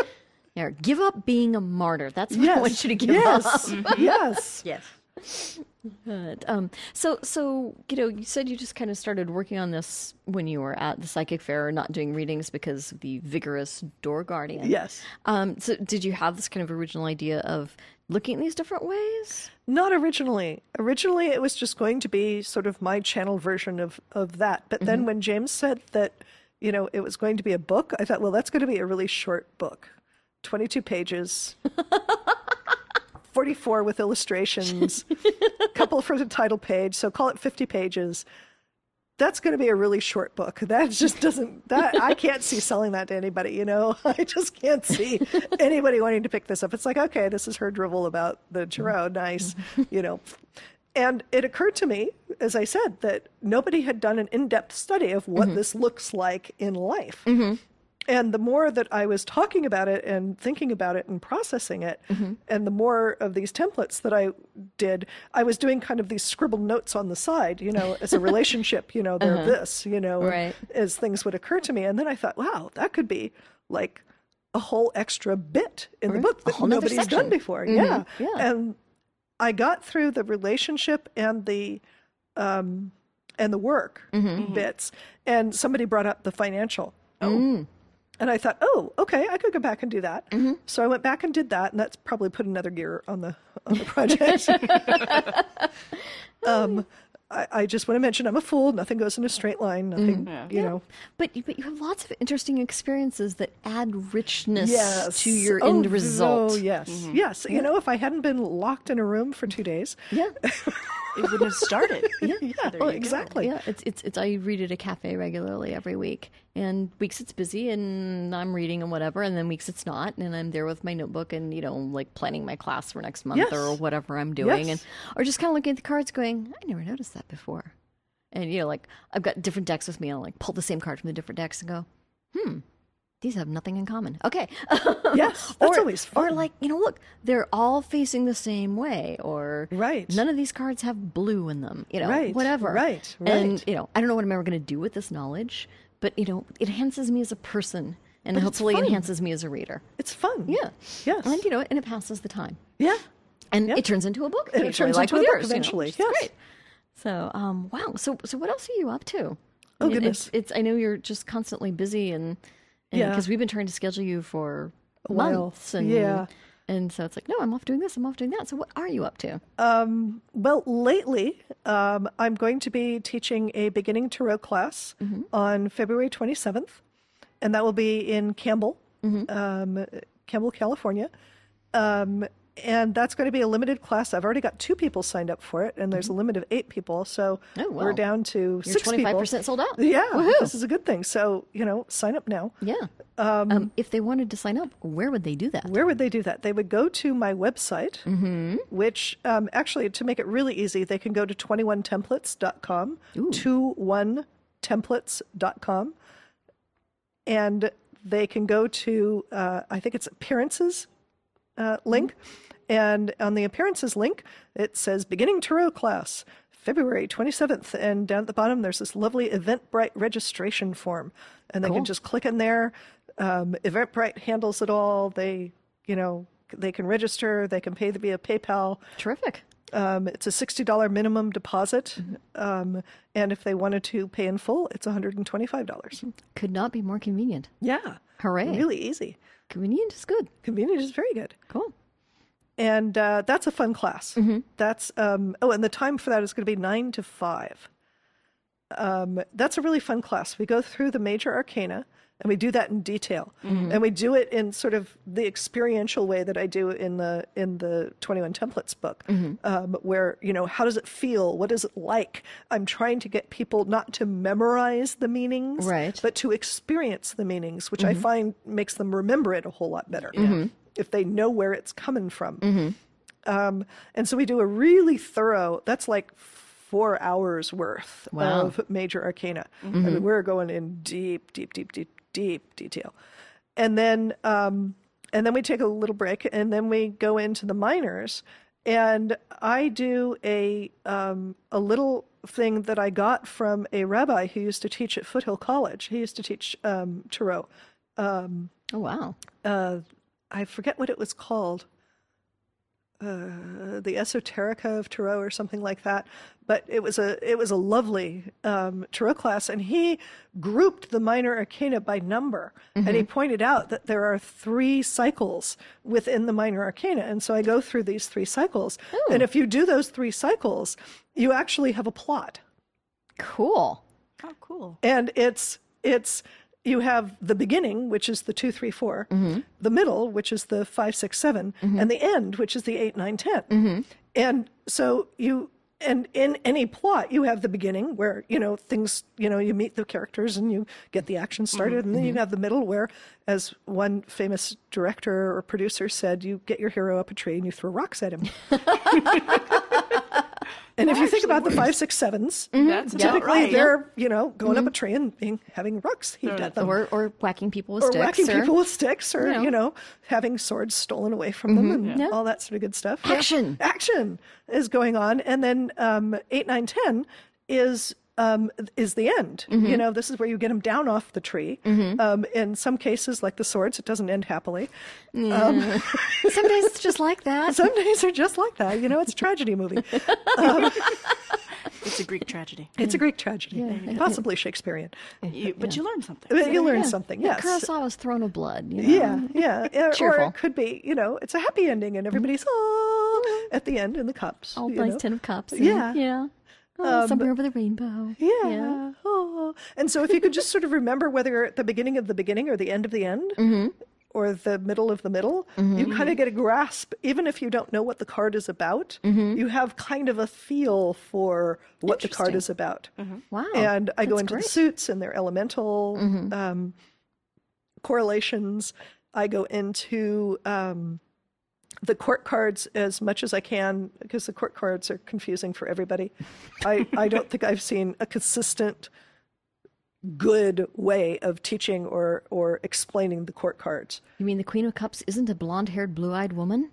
Speaker 1: There, give up being a martyr. That's what I want you to give up.
Speaker 3: yes. Yes.
Speaker 1: Yes. But, um, so, so you know, you said you just kind of started working on this when you were at the psychic fair, not doing readings because of the vigorous door guardian.
Speaker 3: Yes.
Speaker 1: Um, so, did you have this kind of original idea of looking at these different ways?
Speaker 3: Not originally. Originally, it was just going to be sort of my channel version of, of that. But then when James said that, you know, it was going to be a book, I thought, well, that's going to be a really short book 22 pages, 44 with illustrations, couple for the title page. So call it 50 pages. That's going to be a really short book. That just doesn't, that I can't see selling that to anybody, you know? I just can't see anybody wanting to pick this up. It's like, okay, this is her drivel about the Giroux. Nice, you know? And it occurred to me, as I said, that nobody had done an in depth study of what this looks like in life. And the more that I was talking about it and thinking about it and processing it,
Speaker 1: Mm-hmm.
Speaker 3: and the more of these templates that I did, I was doing kind of these scribbled notes on the side, you know, as a relationship, you know, they're this, you know, and
Speaker 1: Uh-huh. Right.
Speaker 3: as things would occur to me. And then I thought, wow, that could be like a whole extra bit in the book that
Speaker 1: whole nother
Speaker 3: nobody's
Speaker 1: section. Mm-hmm.
Speaker 3: done before. Yeah.
Speaker 1: yeah.
Speaker 3: And I got through the relationship and the um, and the work
Speaker 1: Mm-hmm.
Speaker 3: bits. And somebody brought up the financial. Oh. And I thought, oh, okay, I could go back and do that.
Speaker 1: Mm-hmm.
Speaker 3: So I went back and did that, and that's probably put another gear on the on the project. um, I, I just want to mention I'm a fool. Nothing goes in a straight line. Nothing,
Speaker 1: Mm-hmm.
Speaker 3: you know.
Speaker 1: But you, but you have lots of interesting experiences that add richness
Speaker 3: Yes.
Speaker 1: to your
Speaker 3: Oh,
Speaker 1: end
Speaker 3: no,
Speaker 1: result.
Speaker 3: yes, yes. You know, if I hadn't been locked in a room for two days,
Speaker 1: Yeah.
Speaker 2: it wouldn't have started.
Speaker 3: yeah,
Speaker 2: There
Speaker 3: oh,
Speaker 2: you go.
Speaker 3: exactly.
Speaker 1: yeah, it's it's it's. I read at a cafe regularly every week, and weeks it's busy, and I'm reading and whatever, and then weeks it's not, and I'm there with my notebook and you know like planning my class for next month
Speaker 3: Yes.
Speaker 1: or whatever I'm doing, and
Speaker 3: Yes.
Speaker 1: or just kind of looking at the cards, going, I never noticed that before, and you know like I've got different decks with me, and I'll like pull the same card from the different decks and go, hmm, these have nothing in common. Okay,
Speaker 3: Yes, that's
Speaker 1: or,
Speaker 3: always
Speaker 1: Or
Speaker 3: fun.
Speaker 1: like, you know, look, they're all facing the same way, or
Speaker 3: Right.
Speaker 1: None of these cards have blue in them. You know,
Speaker 3: Right,
Speaker 1: whatever.
Speaker 3: right,
Speaker 1: And
Speaker 3: right.
Speaker 1: you know, I don't know what I'm ever going to do with this knowledge, but you know, it enhances me as a person, and hopefully
Speaker 3: fun.
Speaker 1: enhances me as a reader.
Speaker 3: it's fun.
Speaker 1: Yeah.
Speaker 3: Yes.
Speaker 1: And you know, and it passes the time,
Speaker 3: yeah.
Speaker 1: and
Speaker 3: Yeah.
Speaker 1: it turns into a book.
Speaker 3: And it
Speaker 1: eventually,
Speaker 3: turns
Speaker 1: like
Speaker 3: into
Speaker 1: with
Speaker 3: a book
Speaker 1: yours, you know,
Speaker 3: eventually.
Speaker 1: which is
Speaker 3: Yes.
Speaker 1: great. So, um, wow. So, so what else are you up to? I
Speaker 3: Oh,
Speaker 1: mean,
Speaker 3: goodness.
Speaker 1: It's, it's. I know you're just constantly busy, and
Speaker 3: Yeah.
Speaker 1: because we've been trying to schedule you for
Speaker 3: while.
Speaker 1: months, and
Speaker 3: Yeah.
Speaker 1: and so it's like, no, I'm off doing this. I'm off doing that. So, what are you up to?
Speaker 3: Well, lately, um, I'm going to be teaching a beginning tarot class
Speaker 1: Mm-hmm.
Speaker 3: on February 27th, and that will be in Campbell,
Speaker 1: Mm-hmm.
Speaker 3: um, Campbell, California. Um, and that's going to be a limited class. I've already got two people signed up for it, and there's a limit of eight people. So
Speaker 1: Mm-hmm. Oh, wow.
Speaker 3: we're down to
Speaker 1: You're
Speaker 3: six
Speaker 1: twenty five
Speaker 3: people.
Speaker 1: percent sold out.
Speaker 3: Yeah,
Speaker 1: Woohoo.
Speaker 3: this is a good thing. So, you know, sign up now.
Speaker 1: yeah. Um, if they wanted to sign up, where would they do that?
Speaker 3: Where would they do that? They would go to my website, which um, actually, to make it really easy, they can go to 21templates.com, 21templates.com, and they can go to, uh, I think it's appearances uh, link. And on the appearances link, it says beginning tarot class. February 27th, and down at the bottom, there's this lovely Eventbrite registration form. And they can just click in there. Um, Eventbrite handles it all. They, you know, they can register, they can pay via PayPal.
Speaker 1: Terrific.
Speaker 3: Um, it's a $60 minimum deposit. Um, and if they wanted to pay in full, it's $125.
Speaker 1: Could not be more convenient.
Speaker 3: Yeah.
Speaker 1: Hooray.
Speaker 3: Really easy.
Speaker 1: Convenient is good.
Speaker 3: Convenient is very good.
Speaker 1: Cool.
Speaker 3: and uh, that's a fun class. That's um, oh, and the time for that is going to be nine to five. Um, that's a really fun class. We go through the major arcana, and we do that in detail, and we do it in sort of the experiential way that I do in the in the Twenty One Templates book, um, where you know how does it feel? What is it like? I'm trying to get people not to memorize the meanings,
Speaker 1: Right.
Speaker 3: but to experience the meanings, which I find makes them remember it a whole lot better if they know where it's coming from. Um, and so we do a really thorough, that's like four hours worth
Speaker 1: Wow.
Speaker 3: of major arcana. I mean, we're going in deep, deep, deep, deep, deep detail. And then, um, and then we take a little break and then we go into the minors. And I do a, um, a little thing that I got from a rabbi who used to teach at Foothill College. He used to teach um, Tarot.
Speaker 1: Oh wow.
Speaker 3: Uh, I forget what it was called uh, the Esoterica of Tarot or something like that. But it was a it was a lovely um, Tarot class, and he grouped the minor arcana by number, and he pointed out that there are three cycles within the minor arcana, and so I go through these three cycles, and if you do those three cycles, you actually have a plot
Speaker 1: Cool.
Speaker 2: How cool.
Speaker 3: and it's it's you have the beginning which is the two three, four, the middle which is the five six, seven, and the end which is the eight nine, ten. and so you and in any plot you have the beginning where you know things you know you meet the characters and you get the action started and then you have the middle where as one famous director or producer said you get your hero up a tree and you throw rocks at him and if you think about the five six sevens
Speaker 2: That's about
Speaker 3: typically
Speaker 2: right.
Speaker 3: they're you know going
Speaker 1: Mm-hmm.
Speaker 3: up a tree and being, having rocks heaved
Speaker 2: Throwing
Speaker 3: at
Speaker 2: it
Speaker 3: them
Speaker 1: Or or whacking people with
Speaker 3: Um, or
Speaker 1: Mm, sticks.
Speaker 3: whacking
Speaker 1: or-
Speaker 3: people with sticks or
Speaker 1: you know.
Speaker 3: you know having swords stolen away from them and all that sort of good stuff Yeah.
Speaker 1: Mm-hmm. Action.
Speaker 3: action is going on and then um, 8 9 10 is um, is the end
Speaker 1: Mm-hmm.
Speaker 3: you know this is where you get them down off the tree um, in some cases like the swords it doesn't end happily Um,
Speaker 1: Some days it's just like that.
Speaker 3: some days are just like that you know it's a tragedy movie
Speaker 2: It's a Greek tragedy.
Speaker 3: it's a greek tragedy possibly shakespearean
Speaker 2: You, but you learn something.
Speaker 3: but you learn something yes
Speaker 1: Kurosawa's Throne of Blood. You know?
Speaker 3: Yeah, yeah. yeah, Or
Speaker 1: Um, Cheerful. Mm-hmm.
Speaker 3: it could be, you know, it's a happy ending and everybody's oh, at the end in the cups.
Speaker 1: All
Speaker 3: you
Speaker 1: nice
Speaker 3: know?
Speaker 1: tin of cups. and-
Speaker 3: Yeah. Um,
Speaker 1: Yeah. Oh, somewhere over the rainbow.
Speaker 3: Yeah.
Speaker 1: Mm-hmm.
Speaker 3: Oh. And so if you could just sort of remember whether you're at the beginning of the beginning or the end of the end, or the middle of the middle, you kind of get a grasp, even if you don't know what the card is about, you have kind of a feel for what the card
Speaker 1: Mm-hmm. Interesting. Mm-hmm.
Speaker 3: is about.
Speaker 1: Wow.
Speaker 3: And I go
Speaker 1: Oh, that's
Speaker 3: into
Speaker 1: great.
Speaker 3: the suits and their elemental um, correlations. I go into um, the court cards as much as I can because the court cards are confusing for everybody. I, I don't think I've seen a consistent good way of teaching or or explaining the court cards.
Speaker 1: You mean the Queen of Cups isn't a blonde-haired, blue-eyed woman?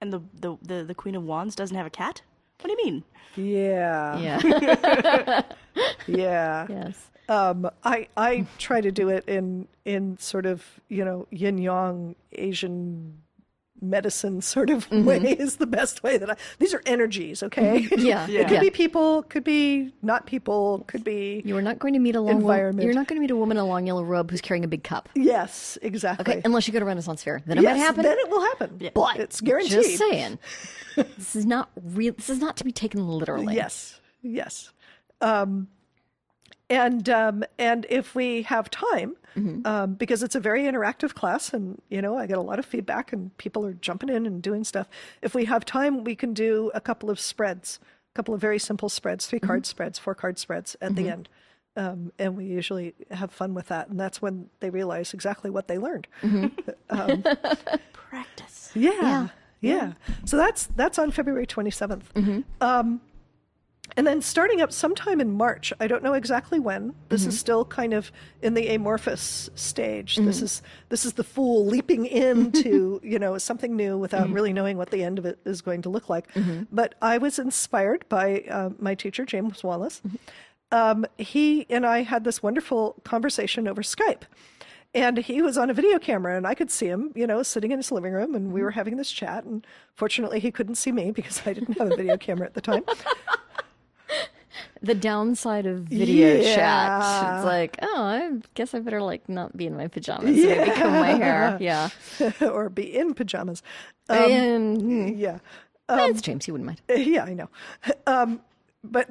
Speaker 2: And the, the, the, the Queen of Wands doesn't have a cat? What do you mean?
Speaker 3: Yeah.
Speaker 1: Yeah.
Speaker 3: Yeah.
Speaker 1: yes.
Speaker 3: Um, I I try to do it in in sort of you know yin yang Asian medicine sort of
Speaker 1: Mm-hmm.
Speaker 3: way is the best way that I. These are energies, okay?
Speaker 1: Yeah.
Speaker 2: Yeah.
Speaker 3: It could
Speaker 1: yeah.
Speaker 3: be people, could be not people, could be
Speaker 1: You are not going to meet a long
Speaker 3: Environment.
Speaker 1: You're not going to meet a woman in a long yellow robe who's carrying a big cup.
Speaker 3: yes, exactly.
Speaker 1: Okay, unless you go to Renaissance Fair, then it
Speaker 3: yes,
Speaker 1: might happen.
Speaker 3: Then it will happen.
Speaker 1: but
Speaker 3: it's guaranteed.
Speaker 1: Just saying, this is not real. This is not to be taken literally.
Speaker 3: Yes, yes. Um, and um, and if we have time, um, because it's a very interactive class, and you know I get a lot of feedback, and people are jumping in and doing stuff. If we have time, we can do a couple of spreads, a couple of very simple spreads, 3 card spreads, four card spreads at the end. Um, and we usually have fun with that, and that's when they realize exactly what they learned.
Speaker 2: Practice.
Speaker 3: Yeah. Yeah. So that's that's on February 27th. Um, and then starting up sometime in March, I don't know exactly when. This is still kind of in the amorphous stage. This is this is the fool leaping into, you know, something new without really knowing what the end of it is going to look like. But I was inspired by uh, my teacher James Wallace. Um, he and I had this wonderful conversation over Skype and he was on a video camera and i could see him you know sitting in his living room and we were having this chat and fortunately he couldn't see me because i didn't have a video camera at the time
Speaker 1: The downside of video chat,
Speaker 3: Yeah.
Speaker 1: it's like, oh, I guess I better like not be in my pajamas. Yeah. Maybe comb my hair. Yeah.
Speaker 3: or be in pajamas um,
Speaker 1: Um,
Speaker 3: yeah
Speaker 1: it's James. He wouldn't mind.
Speaker 3: yeah i know um, but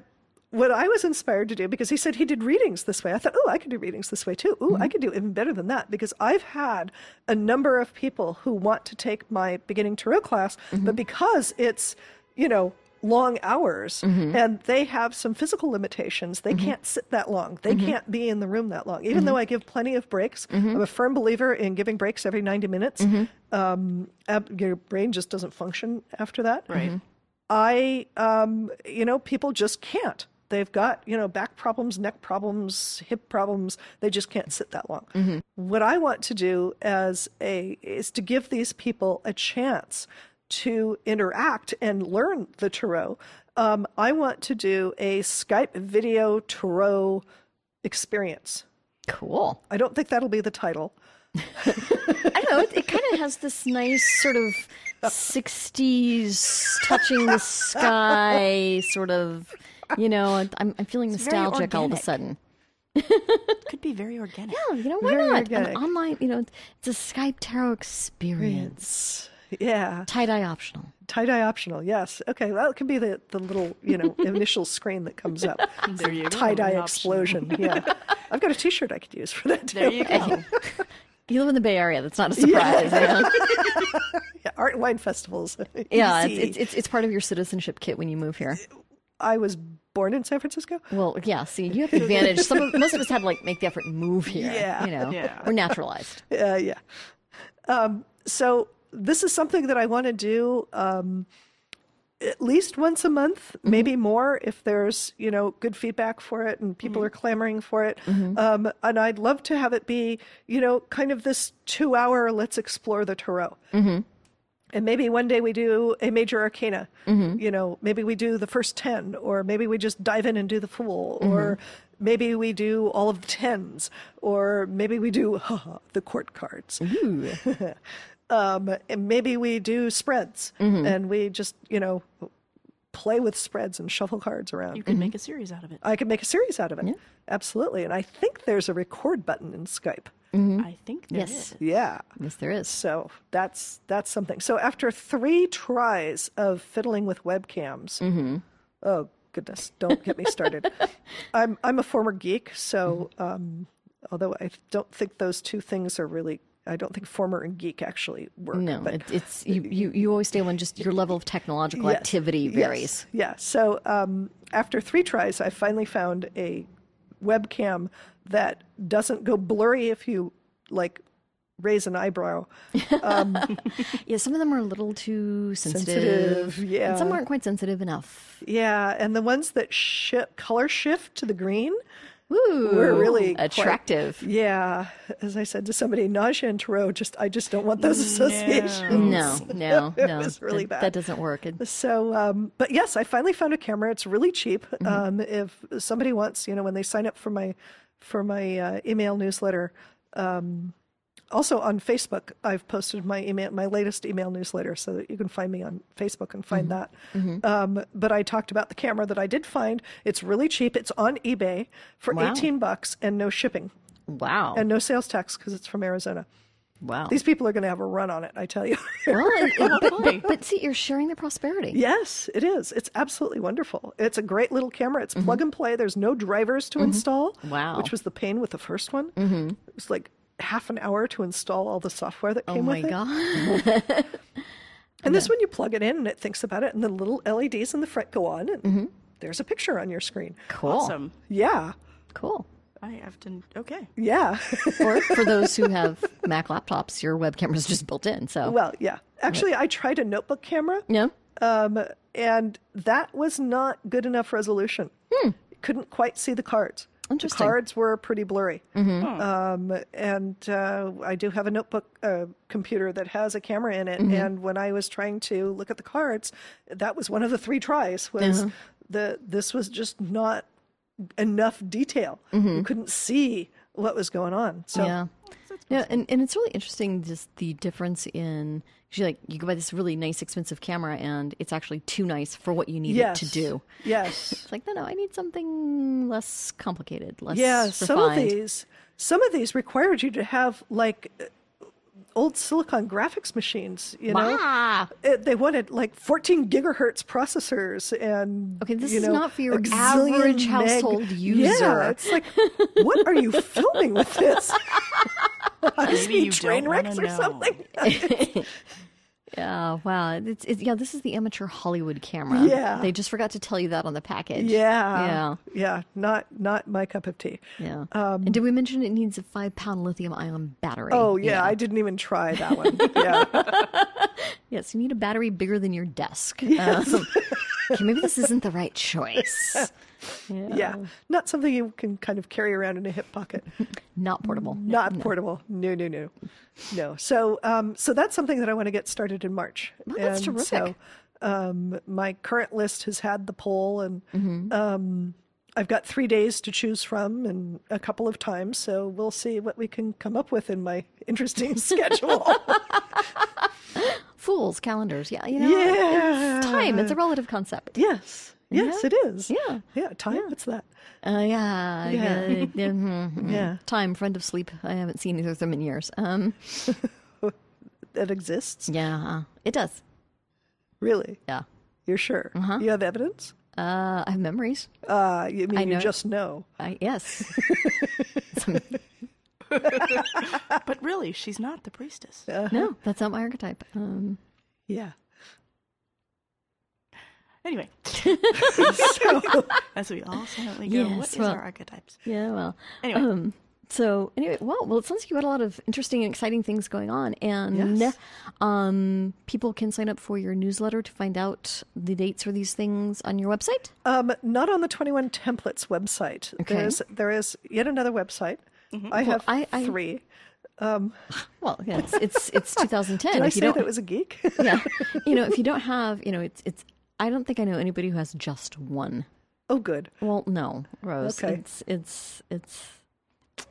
Speaker 3: what i was inspired to do because he said he did readings this way i thought oh i could do readings this way too oh i could do even better than that because i've had a number of people who want to take my beginning tarot class but because it's you know long hours and they have some physical limitations they can't sit that long they can't be in the room that long even though i give plenty of breaks i'm a firm believer in giving breaks every 90 minutes um, ab- your brain just doesn't function after that
Speaker 1: Mm-hmm.
Speaker 2: Right.
Speaker 3: I, um, you know, people just can't. They've got, you know, back problems, neck problems, hip problems. They just can't sit that long. What I want to do as a is to give these people a chance to interact and learn the tarot. Um, I want to do a Skype video tarot experience.
Speaker 1: Cool.
Speaker 3: I don't think that'll be the title.
Speaker 1: I don't know. It, it kind of has this nice sort of 60s touching the sky sort of, you know, I'm, I'm feeling
Speaker 2: very
Speaker 1: nostalgic all of a
Speaker 2: organic.
Speaker 1: sudden.
Speaker 2: Could be very organic.
Speaker 1: Oh, you know, why
Speaker 3: Very
Speaker 1: not?
Speaker 3: organic.
Speaker 1: An online, you know, it's a Skype tarot experience.
Speaker 3: Yeah.
Speaker 1: Tie dye optional.
Speaker 3: Tie dye optional, yes. Okay, that could be the, the little, you know, initial screen that comes up.
Speaker 2: There you go,
Speaker 3: Tie dye
Speaker 2: an option.
Speaker 3: explosion, yeah. I've got a t shirt I could use for that too.
Speaker 2: There you go.
Speaker 1: You live in the Bay Area. That's not a surprise. Yeah,
Speaker 3: Yeah, art and wine festivals.
Speaker 1: yeah
Speaker 3: Easy.
Speaker 1: it's, it's, it's, it's part of your citizenship kit when you move here.
Speaker 3: I was born in San Francisco.
Speaker 1: Well, yeah, see, you have the advantage. Some of, most of us had to, like, make the effort and move here.
Speaker 3: Yeah.
Speaker 1: You know,
Speaker 2: Yeah.
Speaker 1: we're naturalized.
Speaker 3: Uh, yeah. Um, so this is something that I want to do um, at least once a month, maybe more if there's you know good feedback for it and people are clamoring for it. Um, and I'd love to have it be you know kind of this two hour let's explore the tarot. And maybe one day we do a major arcana. You know, maybe we do the first 10, or maybe we just dive in and do the fool, or maybe we do all of the tens, or maybe we do haha, the court cards. um, and maybe we do spreads and we just, you know, play with spreads and shuffle cards around.
Speaker 2: You could make a
Speaker 1: Mm-hmm.
Speaker 2: series out of it.
Speaker 3: I could make a series out of it. Absolutely. And I think there's a record button in Skype.
Speaker 1: Mm-hmm.
Speaker 2: I think there
Speaker 1: Yes.
Speaker 2: is.
Speaker 3: Yeah.
Speaker 1: Yes, there is.
Speaker 3: So that's that's something. So after three tries of fiddling with webcams,
Speaker 1: Mm-hmm.
Speaker 3: oh goodness, don't get me started. I'm I'm a former geek, so um, although I don't think those two things are really I don't think former and geek actually work.
Speaker 1: No,
Speaker 3: but-
Speaker 1: it, it's you, you. You always stay on just your level of technological
Speaker 3: Yes,
Speaker 1: activity
Speaker 3: yes,
Speaker 1: varies.
Speaker 3: Yeah. So um, after three tries, I finally found a webcam that doesn't go blurry if you like raise an eyebrow.
Speaker 1: Yeah, some of them are a little too sensitive.
Speaker 3: Sensitive, yeah.
Speaker 1: and some aren't quite sensitive enough.
Speaker 3: Yeah, and the ones that shi color shift to the green.
Speaker 1: Ooh,
Speaker 3: We're really quite-
Speaker 1: attractive.
Speaker 3: Yeah, as I said to somebody, nausea and tarot. Just I just don't want those associations.
Speaker 1: No, no,
Speaker 3: It
Speaker 1: no.
Speaker 3: was really
Speaker 1: that,
Speaker 3: bad.
Speaker 1: That doesn't work. It-
Speaker 3: So, um, but yes, I finally found a camera. It's really cheap. Um, if somebody wants, you know, when they sign up for my for my uh, email newsletter, um, also on Facebook, I've posted my email, my latest email newsletter, so that you can find me on Facebook and find that. Um, but I talked about the camera that I did find. It's really cheap. It's on eBay for
Speaker 1: Wow.
Speaker 3: eighteen bucks and no shipping
Speaker 1: wow.
Speaker 3: and no sales tax because it's from Arizona.
Speaker 1: wow.
Speaker 3: These people are going to have a run on it, I tell you.
Speaker 1: well, it- it- but, but, but see, you're sharing the prosperity.
Speaker 3: Yes, it is. It's absolutely wonderful. It's a great little camera. It's plug and play. There's no drivers to install.
Speaker 1: Mm-hmm. Wow.
Speaker 3: Which was the pain with the first one. Mm-hmm. It was like half an hour to install all the software that came
Speaker 1: Oh
Speaker 3: with
Speaker 1: my
Speaker 3: it.
Speaker 1: god.
Speaker 3: And this one, you plug it in and it thinks about it, and the little LEDs in the front go on, and
Speaker 1: Mm-hmm.
Speaker 3: there's a picture on your screen.
Speaker 1: Cool.
Speaker 2: Awesome.
Speaker 3: Yeah,
Speaker 1: Cool.
Speaker 2: I have to. Okay.
Speaker 3: yeah.
Speaker 1: Or for those who have Mac laptops, your webcam is just built in. So
Speaker 3: well, yeah. Actually, I tried a notebook camera,
Speaker 1: no.
Speaker 3: um, and that was not good enough resolution. Couldn't quite see the cards.
Speaker 1: Hmm. Interesting. Mm-hmm.
Speaker 3: The cards were pretty blurry. Um, and uh, I do have a notebook uh, computer that has a camera in it.
Speaker 1: Mm-hmm.
Speaker 3: And when I was trying to look at the cards, that was one of the three tries.
Speaker 1: Uh-huh.
Speaker 3: Was the this was just not enough detail.
Speaker 1: Mm-hmm.
Speaker 3: You couldn't see what was going on. So
Speaker 1: Yeah. Yeah, and, and it's really interesting just the difference in 'cause you like you go buy this really nice expensive camera and it's actually too nice for what you need
Speaker 3: yes,
Speaker 1: it to do.
Speaker 3: yes.
Speaker 1: It's like no, no, I need something less complicated, less
Speaker 3: Yeah,
Speaker 1: refined.
Speaker 3: some of these some of these required you to have like uh, old silicon graphics machines, you know.
Speaker 1: Ah!
Speaker 3: It, they wanted like 14 gigahertz processors and
Speaker 1: Okay, this
Speaker 3: you
Speaker 1: is
Speaker 3: know,
Speaker 1: not for your
Speaker 3: a gazillion
Speaker 1: average
Speaker 3: meg-
Speaker 1: household user.
Speaker 3: Yeah, it's like what are you filming with this?
Speaker 2: Maybe you
Speaker 3: Train
Speaker 2: don't wanna
Speaker 3: wrecks or
Speaker 2: know.
Speaker 3: something?
Speaker 1: Yeah, wow. It's, it's yeah. This is the amateur Hollywood camera.
Speaker 3: Yeah.
Speaker 1: they just forgot to tell you that on the package.
Speaker 3: Yeah. Yeah, not not my cup of tea.
Speaker 1: yeah, yeah. and did we mention it needs a five pound lithium ion battery?
Speaker 3: Um, Oh
Speaker 1: You
Speaker 3: yeah,
Speaker 1: know?
Speaker 3: I didn't even try that one. Yeah.
Speaker 1: yes, you need a battery bigger than your desk. Um, okay, maybe this isn't the right choice.
Speaker 3: yeah. Not something you can kind of carry around in a hip pocket.
Speaker 1: Not portable.
Speaker 3: not portable. No, no, no, no. So, um, so that's something that I want to get started in March.
Speaker 1: Well, Oh, that's
Speaker 3: And
Speaker 1: terrific.
Speaker 3: So, um, my current list has had the poll, and
Speaker 1: Mm-hmm.
Speaker 3: um, I've got three days to choose from, and a couple of times. So we'll see what we can come up with in my interesting schedule.
Speaker 1: Fools calendars. Yeah, you know.
Speaker 3: yeah.
Speaker 1: It's time. It's a relative concept.
Speaker 3: Yes. Yes, it is.
Speaker 1: Yeah.
Speaker 3: Yeah. Time. What's that?
Speaker 1: Uh, yeah.
Speaker 3: Yeah.
Speaker 1: yeah, mhm.
Speaker 3: Yeah.
Speaker 1: Time, friend of sleep. I haven't seen either of them in years. Um,
Speaker 3: That exists.
Speaker 1: yeah, it does.
Speaker 3: Really?
Speaker 1: Yeah.
Speaker 3: You're sure?
Speaker 1: Uh-huh.
Speaker 3: You have evidence?
Speaker 1: Uh, I have memories.
Speaker 3: Uh, you I mean
Speaker 1: know.
Speaker 3: you just know?
Speaker 1: I, yes.
Speaker 2: But really, she's not the priestess.
Speaker 1: No, that's not my archetype. Um,
Speaker 3: Yeah.
Speaker 2: Anyway,
Speaker 3: So.
Speaker 2: as we all silently go, what
Speaker 1: Yes,
Speaker 2: is
Speaker 1: well-
Speaker 2: our archetypes?
Speaker 1: yeah, well.
Speaker 2: Anyway.
Speaker 1: Um, so anyway, well, well, it sounds like you had a lot of interesting and exciting things going on, and
Speaker 3: Yes.
Speaker 1: um, people can sign up for your newsletter to find out the dates for these things on your website.
Speaker 3: Um, not on the 21 Templates website.
Speaker 1: Okay. Mm-hmm.
Speaker 3: There is there is yet another website. I have
Speaker 1: I- I-
Speaker 3: three.
Speaker 1: Well, yes, it's it's 2010.
Speaker 3: Did
Speaker 1: if
Speaker 3: I
Speaker 1: you
Speaker 3: say
Speaker 1: don't,
Speaker 3: that it was a geek?
Speaker 1: yeah, you know, if you don't have, you know, it's it's. I don't think I know anybody who has just one.
Speaker 3: oh, good.
Speaker 1: Well, no, Rose.
Speaker 3: Okay.
Speaker 1: It's it's it's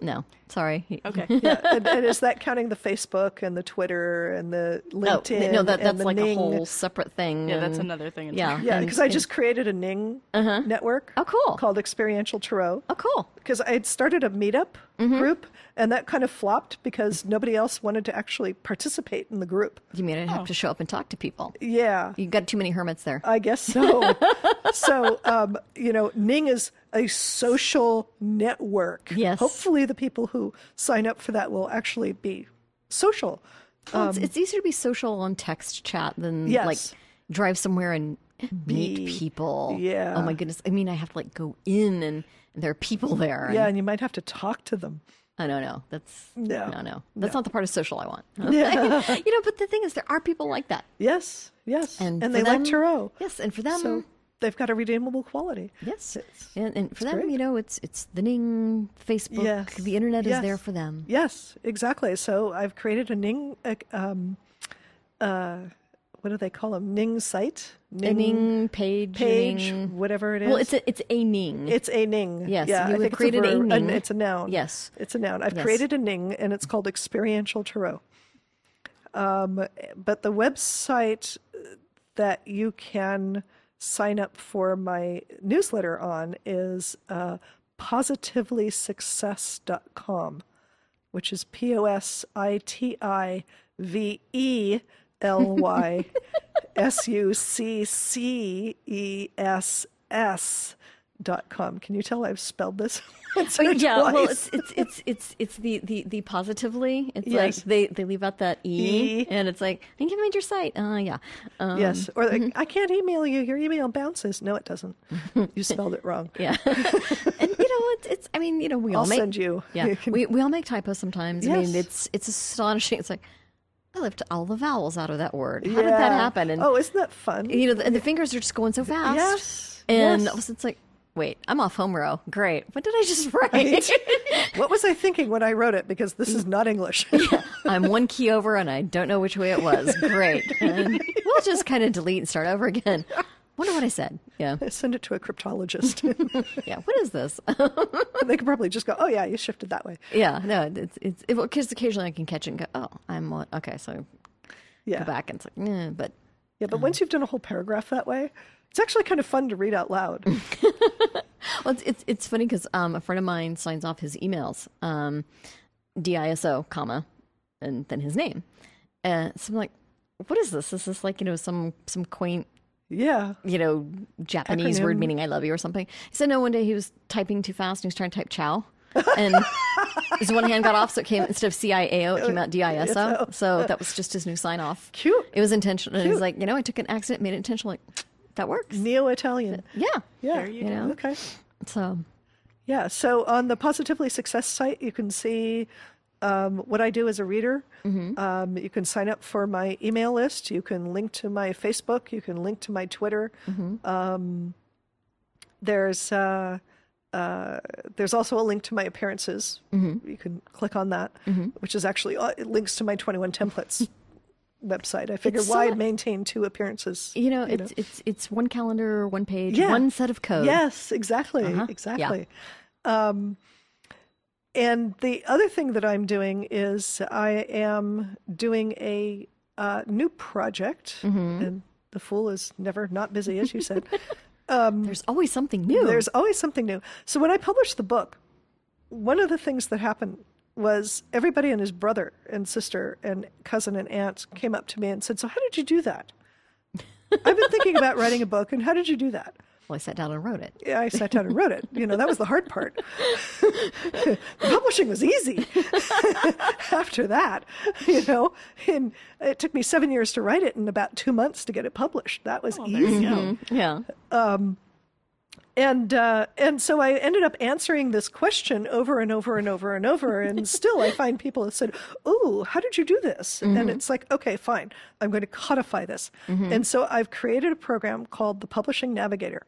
Speaker 1: no. Sorry.
Speaker 2: Okay.
Speaker 3: Yeah, and, and is that counting the Facebook and the Twitter and the
Speaker 1: Oh, No,
Speaker 3: LinkedIn?
Speaker 1: no, that,
Speaker 3: and
Speaker 1: that's
Speaker 3: the
Speaker 1: like a
Speaker 3: Ning?
Speaker 1: whole separate thing.
Speaker 2: Yeah, that's
Speaker 1: and-
Speaker 2: another thing.
Speaker 1: um, Yeah.
Speaker 3: Yeah,
Speaker 1: and-
Speaker 3: because I just created a Ning network.
Speaker 1: Oh, cool.
Speaker 3: Called Experiential Tarot.
Speaker 1: Oh, cool.
Speaker 3: because I had started a meetup
Speaker 1: Mm-hmm.
Speaker 3: group and that kind of flopped because nobody else wanted to actually participate in the group.
Speaker 1: You mean I
Speaker 3: Oh.
Speaker 1: have to show up and talk to people?
Speaker 3: Yeah.
Speaker 1: You got too many hermits there.
Speaker 3: I guess so. so, um, you know, Ning is a social network.
Speaker 1: Yes.
Speaker 3: Hopefully, the people who sign up for that will actually be social.
Speaker 1: Well, it's, it's easier to be social on text chat than like
Speaker 3: Um, Yes.
Speaker 1: drive somewhere and meet
Speaker 3: Be-
Speaker 1: people.
Speaker 3: yeah.
Speaker 1: Oh my goodness. I mean, I have to like go in and, and there are people there. and-
Speaker 3: Yeah, and you might have to talk to them.
Speaker 1: I don't know. That's
Speaker 3: No.
Speaker 1: no, no. That's not the part of social I want.
Speaker 3: Yeah.
Speaker 1: you know, but the thing is, there are people like that.
Speaker 3: yes, yes.
Speaker 1: And
Speaker 3: And,
Speaker 1: for
Speaker 3: they
Speaker 1: them- hmm.
Speaker 3: like Tarot.
Speaker 1: Yes, and for them,
Speaker 3: So they've got a redeemable quality.
Speaker 1: yes,
Speaker 3: It's-
Speaker 1: and, and for
Speaker 3: it's
Speaker 1: them,
Speaker 3: great.
Speaker 1: you know, it's it's the Ning, Facebook,
Speaker 3: Yes.
Speaker 1: the internet is
Speaker 3: Yes.
Speaker 1: there for them.
Speaker 3: Yes, exactly. So I've created a Ning, uh, um, uh, what do they call them? Ning site?
Speaker 1: A Ning page,
Speaker 3: page,
Speaker 1: Ning.
Speaker 3: whatever it is.
Speaker 1: Well, it's a it's a Ning.
Speaker 3: It's a ning.
Speaker 1: Yes,
Speaker 3: yeah,
Speaker 1: you
Speaker 3: I
Speaker 1: have
Speaker 3: think
Speaker 1: created a
Speaker 3: it's a, verb, and
Speaker 1: ning.
Speaker 3: It's a noun.
Speaker 1: Yes.
Speaker 3: it's a noun. I've
Speaker 1: Yes.
Speaker 3: created a ning, and it's called experiential tarot. Um, but the website that you can sign up for my newsletter on is uh, positivelysuccess.com, which is P O S I T I V E L Y S U C C E S S dot com. Can you tell I've spelled this? once
Speaker 1: Oh,
Speaker 3: or
Speaker 1: yeah, well,
Speaker 3: twice?
Speaker 1: it's it's it's it's it's the the the positively. It's
Speaker 3: Yes.
Speaker 1: like they they leave out that e,
Speaker 3: E.
Speaker 1: and it's like I think you made your site. Uh, yeah. Um,
Speaker 3: Yes, or like, I can't email you. Your email bounces. No, it doesn't. You spelled it wrong.
Speaker 1: Yeah. and you know, it's, it's I mean, you know, we all
Speaker 3: I'll
Speaker 1: make
Speaker 3: send you.
Speaker 1: Yeah.
Speaker 3: You can-
Speaker 1: we we all make typos sometimes. I mean,
Speaker 3: Yes.
Speaker 1: it's it's astonishing. It's like I left all the vowels out of that word. How did that
Speaker 3: Yeah.
Speaker 1: happen? And
Speaker 3: oh, isn't that fun?
Speaker 1: you know, the, and the fingers are just going so fast.
Speaker 3: Yes,
Speaker 1: And
Speaker 3: yes.
Speaker 1: all of a sudden it's like, wait, I'm off home row. Great. What did I just write?
Speaker 3: what was I thinking when I wrote it? Because this is not English.
Speaker 1: I'm one key over and I don't know which way it was. Great. And we'll just kind of delete and start over again. Wonder what I said. Yeah.
Speaker 3: Send it to a cryptologist.
Speaker 1: Yeah. What is this?
Speaker 3: they could probably just go, "Oh yeah, you shifted that way."
Speaker 1: yeah. No, it's, it's, it, because occasionally I can catch it and go, oh, I'm one. Okay. So
Speaker 3: Yeah,
Speaker 1: go back and it's like, nah, but
Speaker 3: yeah. But once you've done a whole paragraph that way, it's actually kind of fun to read out loud.
Speaker 1: Mm. Well, it's it's, it's funny because um, a friend of mine signs off his emails, um, DISO, comma, and then his name. Uh, so I'm like, what is this? Is this like you know some some quaint
Speaker 3: yeah,
Speaker 1: you know Japanese word
Speaker 3: Acronym.
Speaker 1: meaning I love you or something? He said no. One day he was typing too fast and he was trying to type chow, and his one hand got off, so it came instead of C I A O, it came out D I S O. So that was just his new sign off.
Speaker 3: Cute.
Speaker 1: It was intentional. And he's like, you know, I took an accident, made it intentional. Like that works.
Speaker 3: neo-Italian.
Speaker 1: Yeah.
Speaker 3: Mm-hmm. Yeah,
Speaker 2: There you
Speaker 1: You know.
Speaker 3: okay.
Speaker 1: So
Speaker 3: Yeah, so on the Positively Success site, you can see um, what I do as a reader.
Speaker 1: Mm-hmm.
Speaker 3: Um, you can sign up for my email list. You can link to my Facebook. You can link to my Twitter.
Speaker 1: Mm-hmm.
Speaker 3: Um, there's uh, uh, there's also a link to my appearances.
Speaker 1: Mm-hmm.
Speaker 3: You can click on that, which is actually uh, it links to my 21 templates website. I figure
Speaker 1: It's so
Speaker 3: why
Speaker 1: much-
Speaker 3: maintain two appearances?
Speaker 1: you know, it's it's it's one calendar, one page,
Speaker 3: Yeah.
Speaker 1: one set of code.
Speaker 3: Yes, exactly,
Speaker 1: Uh-huh. Yeah.
Speaker 3: exactly. Um, and the other thing that I'm doing is I am doing a uh, new project,
Speaker 1: Mm-hmm.
Speaker 3: and the fool is never not busy, as you said.
Speaker 1: There's always something new.
Speaker 3: There's always something new. So when I published the book, one of the things that happened was everybody and his brother and sister and cousin and aunt came up to me and said, "So how did you do that?" I've been thinking about writing a book, and how did you do that?
Speaker 1: well, I sat down and wrote it.
Speaker 3: Yeah, I sat down and wrote it. You know, that was the hard part. The Publishing was easy after that, you know, and it took me seven years to write it and about two months to get it published. That was
Speaker 2: Oh, there you
Speaker 3: easy.
Speaker 2: go.
Speaker 1: Yeah.
Speaker 3: And, uh, and so I ended up answering this question over and over and over and over. And still I find people have said, Oh, how did you do this? And it's like, okay, fine. I'm going to codify this. And so I've created a program called the Publishing Navigator.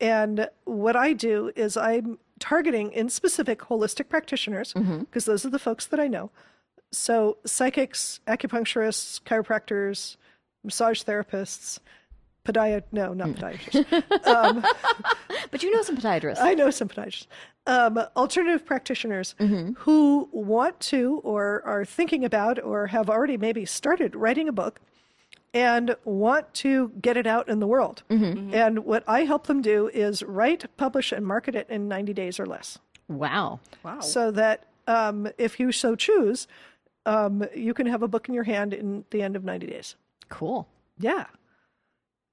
Speaker 3: And what I do is I'm targeting in specific holistic practitioners, because those are the folks that I know. So, psychics, acupuncturists, chiropractors, massage therapists, podiat no, not podiatrists.
Speaker 1: But you know some podiatrists.
Speaker 3: I know some podiatrists. Um, alternative practitioners who want to or are thinking about or have already maybe started writing a book and want to get it out in the world. And what I help them do is write, publish, and market it in 90 days or less.
Speaker 1: wow.
Speaker 2: Wow.
Speaker 3: So that um, if you so choose, um, you can have a book in your hand in the end of 90 days.
Speaker 1: Cool.
Speaker 3: Yeah.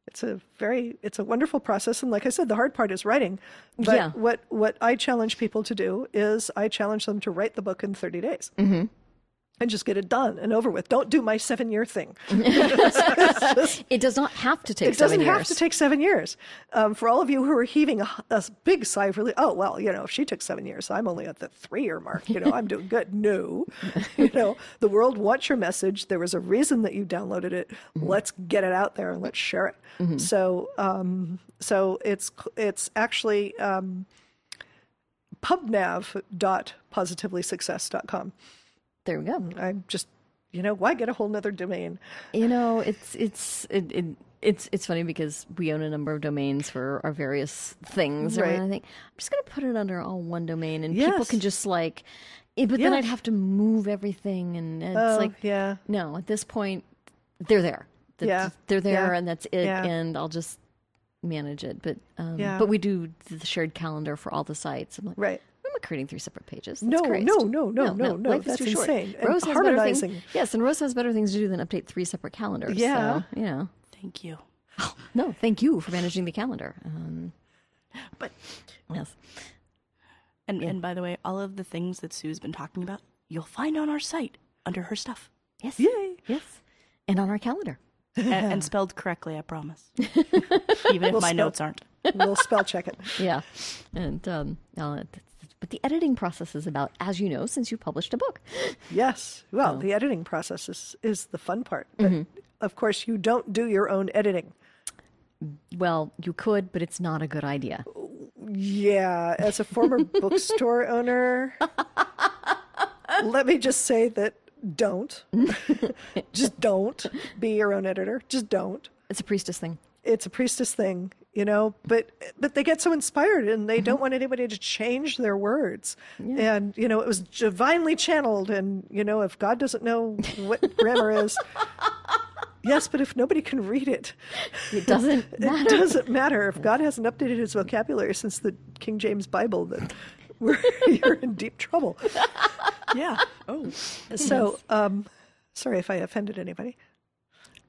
Speaker 3: It's a very it's a wonderful process and like I said the hard part is writing. But
Speaker 1: Yeah.
Speaker 3: what what I challenge people to do is I challenge them to write the book in 30 days. and just get it done and over with. Don't do my seven year thing.
Speaker 1: It does not have to take.
Speaker 3: It doesn't
Speaker 1: seven
Speaker 3: have
Speaker 1: years.
Speaker 3: to take seven years. Um, for all of you who are heaving a, h- a s- big sigh of relief, oh well, you know, if she took seven years, I'm only at the three-year mark. You know, I'm doing good. No, you know, the world wants your message. There was a reason that you downloaded it.
Speaker 1: Mm-hmm.
Speaker 3: Let's get it out there and let's share it. So, um, so it's c- it's actually um, pubnav.positivelysuccess.com.
Speaker 1: There we go.
Speaker 3: I'm just, you know, why get a whole nother domain?
Speaker 1: You know, it's it's it, it, it's it's funny because we own a number of domains for our various things.
Speaker 3: Right.
Speaker 1: And I think I'm just going to put it under all one domain, and people
Speaker 3: Yes.
Speaker 1: can just like. eh, But then
Speaker 3: Yeah.
Speaker 1: I'd have to move everything, and it's
Speaker 3: Oh,
Speaker 1: like
Speaker 3: yeah.
Speaker 1: No, at this point, they're there. Th-
Speaker 3: Yeah.
Speaker 1: they're there,
Speaker 3: Yeah.
Speaker 1: and that's it.
Speaker 3: Yeah.
Speaker 1: And I'll just manage it. But um,
Speaker 3: Yeah.
Speaker 1: but we do the shared calendar for all the sites. I'm like,
Speaker 3: Right.
Speaker 1: I'm not creating three separate pages. That's
Speaker 3: No,
Speaker 1: Christ.
Speaker 3: no, no, no, no, no,
Speaker 1: Life
Speaker 3: that's
Speaker 1: is too short.
Speaker 3: insane. And
Speaker 1: Rose has better things-
Speaker 3: harmonizing.
Speaker 1: Yes, and Rose has better things to do than update three separate calendars.
Speaker 3: Yeah.
Speaker 1: So, you know,
Speaker 2: Thank you.
Speaker 1: no, thank you for managing the calendar. Um,
Speaker 2: But
Speaker 1: yes.
Speaker 2: and and by the way, all of the things that Sue's been talking about, you'll find on our site under her stuff.
Speaker 1: Yes.
Speaker 3: Yay.
Speaker 1: Yes. And on our calendar.
Speaker 2: A- and, spelled correctly, I promise. Even if
Speaker 3: We'll
Speaker 2: my
Speaker 3: spell-
Speaker 2: notes aren't.
Speaker 3: We'll spell check it.
Speaker 1: yeah. And, um, uh, th- th- but the editing process is about, as you know, since you published a book.
Speaker 3: Yes. Well, the editing process is, is the fun part. But Of course, you don't do your own editing.
Speaker 1: Well, you could, but it's not a good idea.
Speaker 3: Yeah. As a former bookstore owner, let me just say that don't. just don't be your own editor. Just don't.
Speaker 1: It's a priestess thing.
Speaker 3: It's a priestess thing, you know, but but they get so inspired and they don't want anybody to change their words. And you know, it was divinely channeled and you know, if God doesn't know what grammar is, yes, but if nobody can read it,
Speaker 1: It doesn't
Speaker 3: It
Speaker 1: matter.
Speaker 3: doesn't matter if God hasn't updated his vocabulary since the King James Bible. Then we're you're in deep trouble.
Speaker 2: Yeah. Oh.
Speaker 3: So, um, sorry if I offended anybody.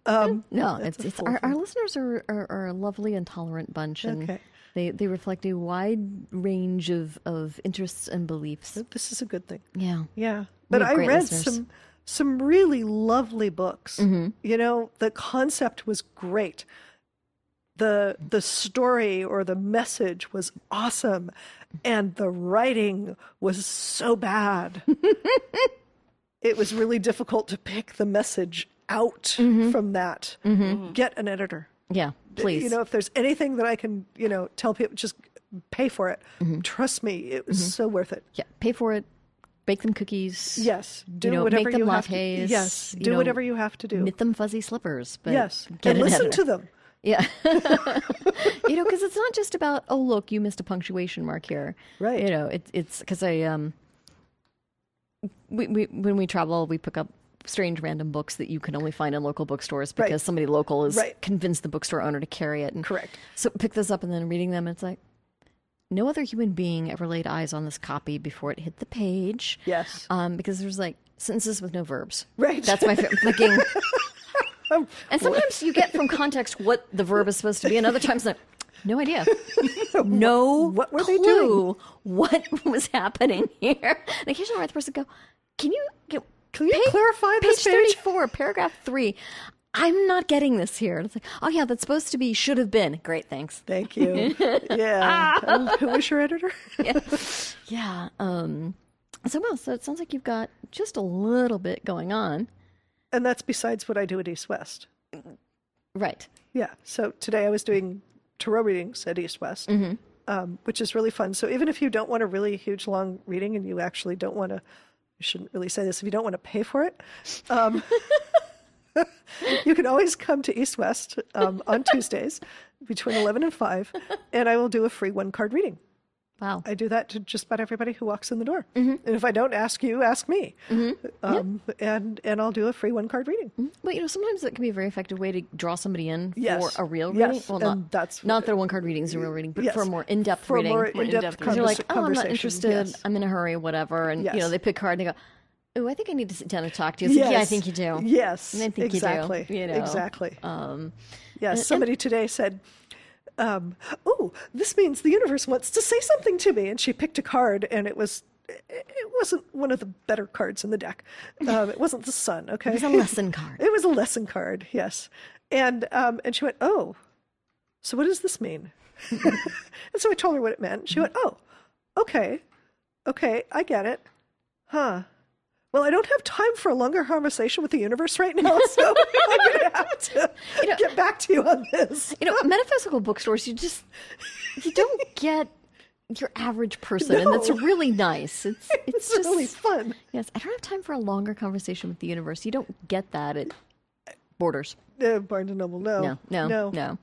Speaker 3: Um,
Speaker 1: No, it's,
Speaker 3: a
Speaker 1: it's
Speaker 3: full
Speaker 1: our, our listeners are, are, are a lovely and tolerant bunch, and
Speaker 3: Okay.
Speaker 1: they, they reflect a wide range of, of interests and beliefs.
Speaker 3: This is a good thing.
Speaker 1: Yeah.
Speaker 3: Yeah, but
Speaker 1: have
Speaker 3: I
Speaker 1: great
Speaker 3: read
Speaker 1: listeners. Mm-hmm.
Speaker 3: some some really lovely books. You know, the concept was great. the The story or the message was awesome, and the writing was so bad. it was really difficult to pick the message out from that. Get an editor.
Speaker 1: Yeah. Mm-hmm. Please.
Speaker 3: You know, if there's anything that I can, you know, tell people, just pay for it.
Speaker 1: Mm-hmm.
Speaker 3: Trust me, it was so worth it.
Speaker 1: yeah. Pay for it. Bake them cookies.
Speaker 3: Yes, do
Speaker 1: know,
Speaker 3: whatever
Speaker 1: make them
Speaker 3: you have
Speaker 1: lattes,
Speaker 3: to. Yes,
Speaker 1: you
Speaker 3: do
Speaker 1: know,
Speaker 3: whatever you have to do.
Speaker 1: Knit them fuzzy slippers. But
Speaker 3: yes,
Speaker 1: Get
Speaker 3: and
Speaker 1: an
Speaker 3: listen
Speaker 1: editor.
Speaker 3: to them.
Speaker 1: Yeah. you know, because it's not just about oh look, you missed a punctuation mark here.
Speaker 3: Right.
Speaker 1: You know, it, it's because I um, we, we when we travel, we pick up strange random books that you can only find in local bookstores because
Speaker 3: Right.
Speaker 1: somebody local has
Speaker 3: Right.
Speaker 1: convinced the bookstore owner to carry it. And
Speaker 3: Correct.
Speaker 1: So pick this up and then reading them, it's like. No other human being ever laid eyes on this copy before it hit the page.
Speaker 3: Yes.
Speaker 1: Um, because there's like sentences with no verbs.
Speaker 3: Right. Um,
Speaker 1: That's my favorite. Thinking, and sometimes you get from context what the verb is supposed to be, and other times, like, no idea. No
Speaker 3: What were they
Speaker 1: clue what was happening here. And occasionally, where the person go, can you get,
Speaker 3: Can you clarify this
Speaker 1: page
Speaker 3: page?"
Speaker 1: 34, paragraph 3? I'm not getting this here. And it's like, oh, yeah, that's supposed to be should have been. Great, thanks.
Speaker 3: Thank you. Yeah. Um, who was your editor?
Speaker 1: Yeah. Um, so, well, so it sounds like you've got just a little bit going on.
Speaker 3: and that's besides what I do at East West.
Speaker 1: Right.
Speaker 3: Yeah. So today I was doing tarot readings at East West,
Speaker 1: Mm-hmm.
Speaker 3: um, which is really fun. So even if you don't want a really huge long reading and you actually don't want to, I shouldn't really say this, if you don't want to pay for it, um, you can always come to East West um, on Tuesdays between 11 and 5, and I will do a free one card reading.
Speaker 1: Wow.
Speaker 3: I do that to just about everybody who walks in the door.
Speaker 1: Mm-hmm.
Speaker 3: And if I don't ask you, ask me. Um, and, and I'll do a free one card reading.
Speaker 1: But you know, sometimes that can be a very effective way to draw somebody in
Speaker 3: Yes.
Speaker 1: for a real
Speaker 3: Yes.
Speaker 1: reading. Well, not
Speaker 3: And that's-
Speaker 1: not that a one card reading is a real reading, but
Speaker 3: Yes.
Speaker 1: for a more in depth
Speaker 3: For a
Speaker 1: reading.
Speaker 3: more
Speaker 2: More
Speaker 3: in-depth,
Speaker 2: in-depth
Speaker 1: because
Speaker 3: conversa-
Speaker 1: you're like, oh, I'm not
Speaker 3: conversation.
Speaker 1: interested.
Speaker 3: Yes.
Speaker 1: I'm in a hurry, whatever. And you
Speaker 3: Yes.
Speaker 1: know, they pick hard and they go, oh, I think I need to sit down and talk to you. It's like, yeah, I
Speaker 3: Yes.
Speaker 1: think you do.
Speaker 3: Yes,
Speaker 1: I think you do,
Speaker 3: exactly.
Speaker 1: you know.
Speaker 3: Exactly.
Speaker 1: Um,
Speaker 3: yes, somebody today said, um, "Oh, this means the universe wants to say something to me," and she picked a card, and it was it- it wasn't one of the better cards in the deck. Um, it wasn't the sun. Okay,
Speaker 1: It's a lesson card.
Speaker 3: It was a lesson card, yes. And um, and she went, oh, so what does this mean? and so I told her what it meant. She went, oh, okay, okay, I get it, huh? Well, I don't have time for a longer conversation with the universe right now, so I'm going to have to get back to you on this.
Speaker 1: You know, metaphysical bookstores, you just you don't get your average person, and that's
Speaker 3: No.
Speaker 1: really nice. It's it's,
Speaker 3: It's
Speaker 1: just
Speaker 3: really fun.
Speaker 1: yes. I don't have time for a longer conversation with the universe. You don't get that at Borders.
Speaker 3: Uh, Barnes and Noble, no,
Speaker 1: No, no, no.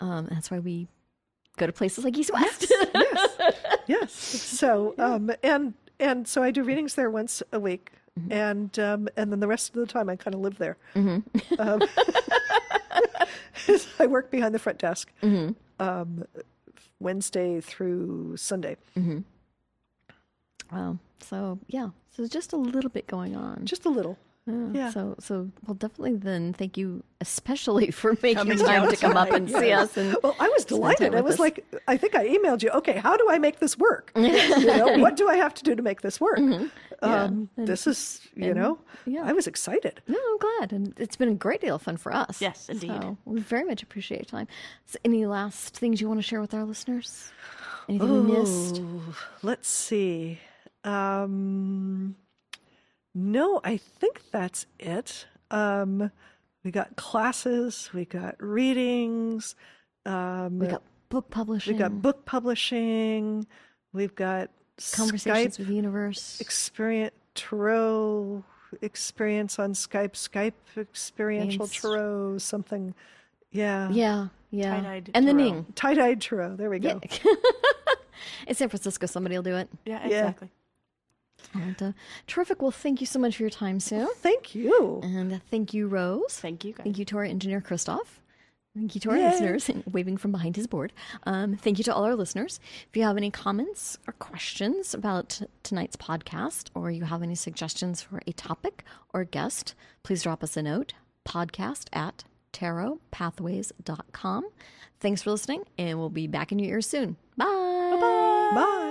Speaker 1: Um, that's why we go to places like East West.
Speaker 3: yes. So um and and so I do readings there once a week,
Speaker 1: Mm-hmm.
Speaker 3: and um and then the rest of the time I kind of live there.
Speaker 1: Mm-hmm.
Speaker 3: Um, I work behind the front desk,
Speaker 1: Mm-hmm.
Speaker 3: um, Wednesday through Sunday.
Speaker 1: Mm-hmm. Wow. Um, So yeah. So there's just a little bit going on.
Speaker 3: Just a little.
Speaker 1: Yeah.
Speaker 3: yeah.
Speaker 1: So so well definitely then thank you especially for making
Speaker 2: Coming
Speaker 1: time
Speaker 2: down
Speaker 1: to come up and see us and
Speaker 3: Well, I was delighted. I
Speaker 1: with
Speaker 3: was
Speaker 1: us.
Speaker 3: like, I think I emailed you. Okay, how do I make this work? you know, what do I have to do to make this work? Um, this is, you know,
Speaker 1: Mm-hmm. yeah.
Speaker 3: I was excited.
Speaker 1: no, I'm glad, and it's been a great deal of fun for us.
Speaker 2: Yes, indeed.
Speaker 1: So we very much appreciate your time. So any last things you want to share with our listeners? Anything we missed?
Speaker 3: Ooh, Let's see. Um, no, I think that's it. Um, we got classes, we got readings, um,
Speaker 1: We got book publishing,
Speaker 3: we got book publishing, we've got
Speaker 1: conversations
Speaker 3: Skype
Speaker 1: with the universe.
Speaker 3: experience, tarot experience on Skype, Skype experiential
Speaker 1: Thanks.
Speaker 3: tarot, something. Yeah.
Speaker 1: yeah, yeah,
Speaker 2: Tie-dyed
Speaker 1: and the
Speaker 2: tarot.
Speaker 1: Ning.
Speaker 3: Tie-dyed tarot. There we go.
Speaker 1: In San Francisco, somebody will do it.
Speaker 2: Yeah,
Speaker 3: Yeah.
Speaker 2: exactly.
Speaker 1: And, uh, terrific. Well, thank you so much for your time, Sue,
Speaker 3: Thank you.
Speaker 1: and uh, thank you, Rose.
Speaker 2: Thank you guys.
Speaker 1: Thank you to our engineer, Christoph. Thank you to our
Speaker 3: Yay.
Speaker 1: listeners, waving from behind his board. Um, thank you to all our listeners. If you have any comments or questions about tonight's podcast, or you have any suggestions for a topic or guest, please drop us a note podcast at tarotpathways.com. Thanks for listening, and we'll be back in your ears soon. Bye. Bye.
Speaker 3: Bye.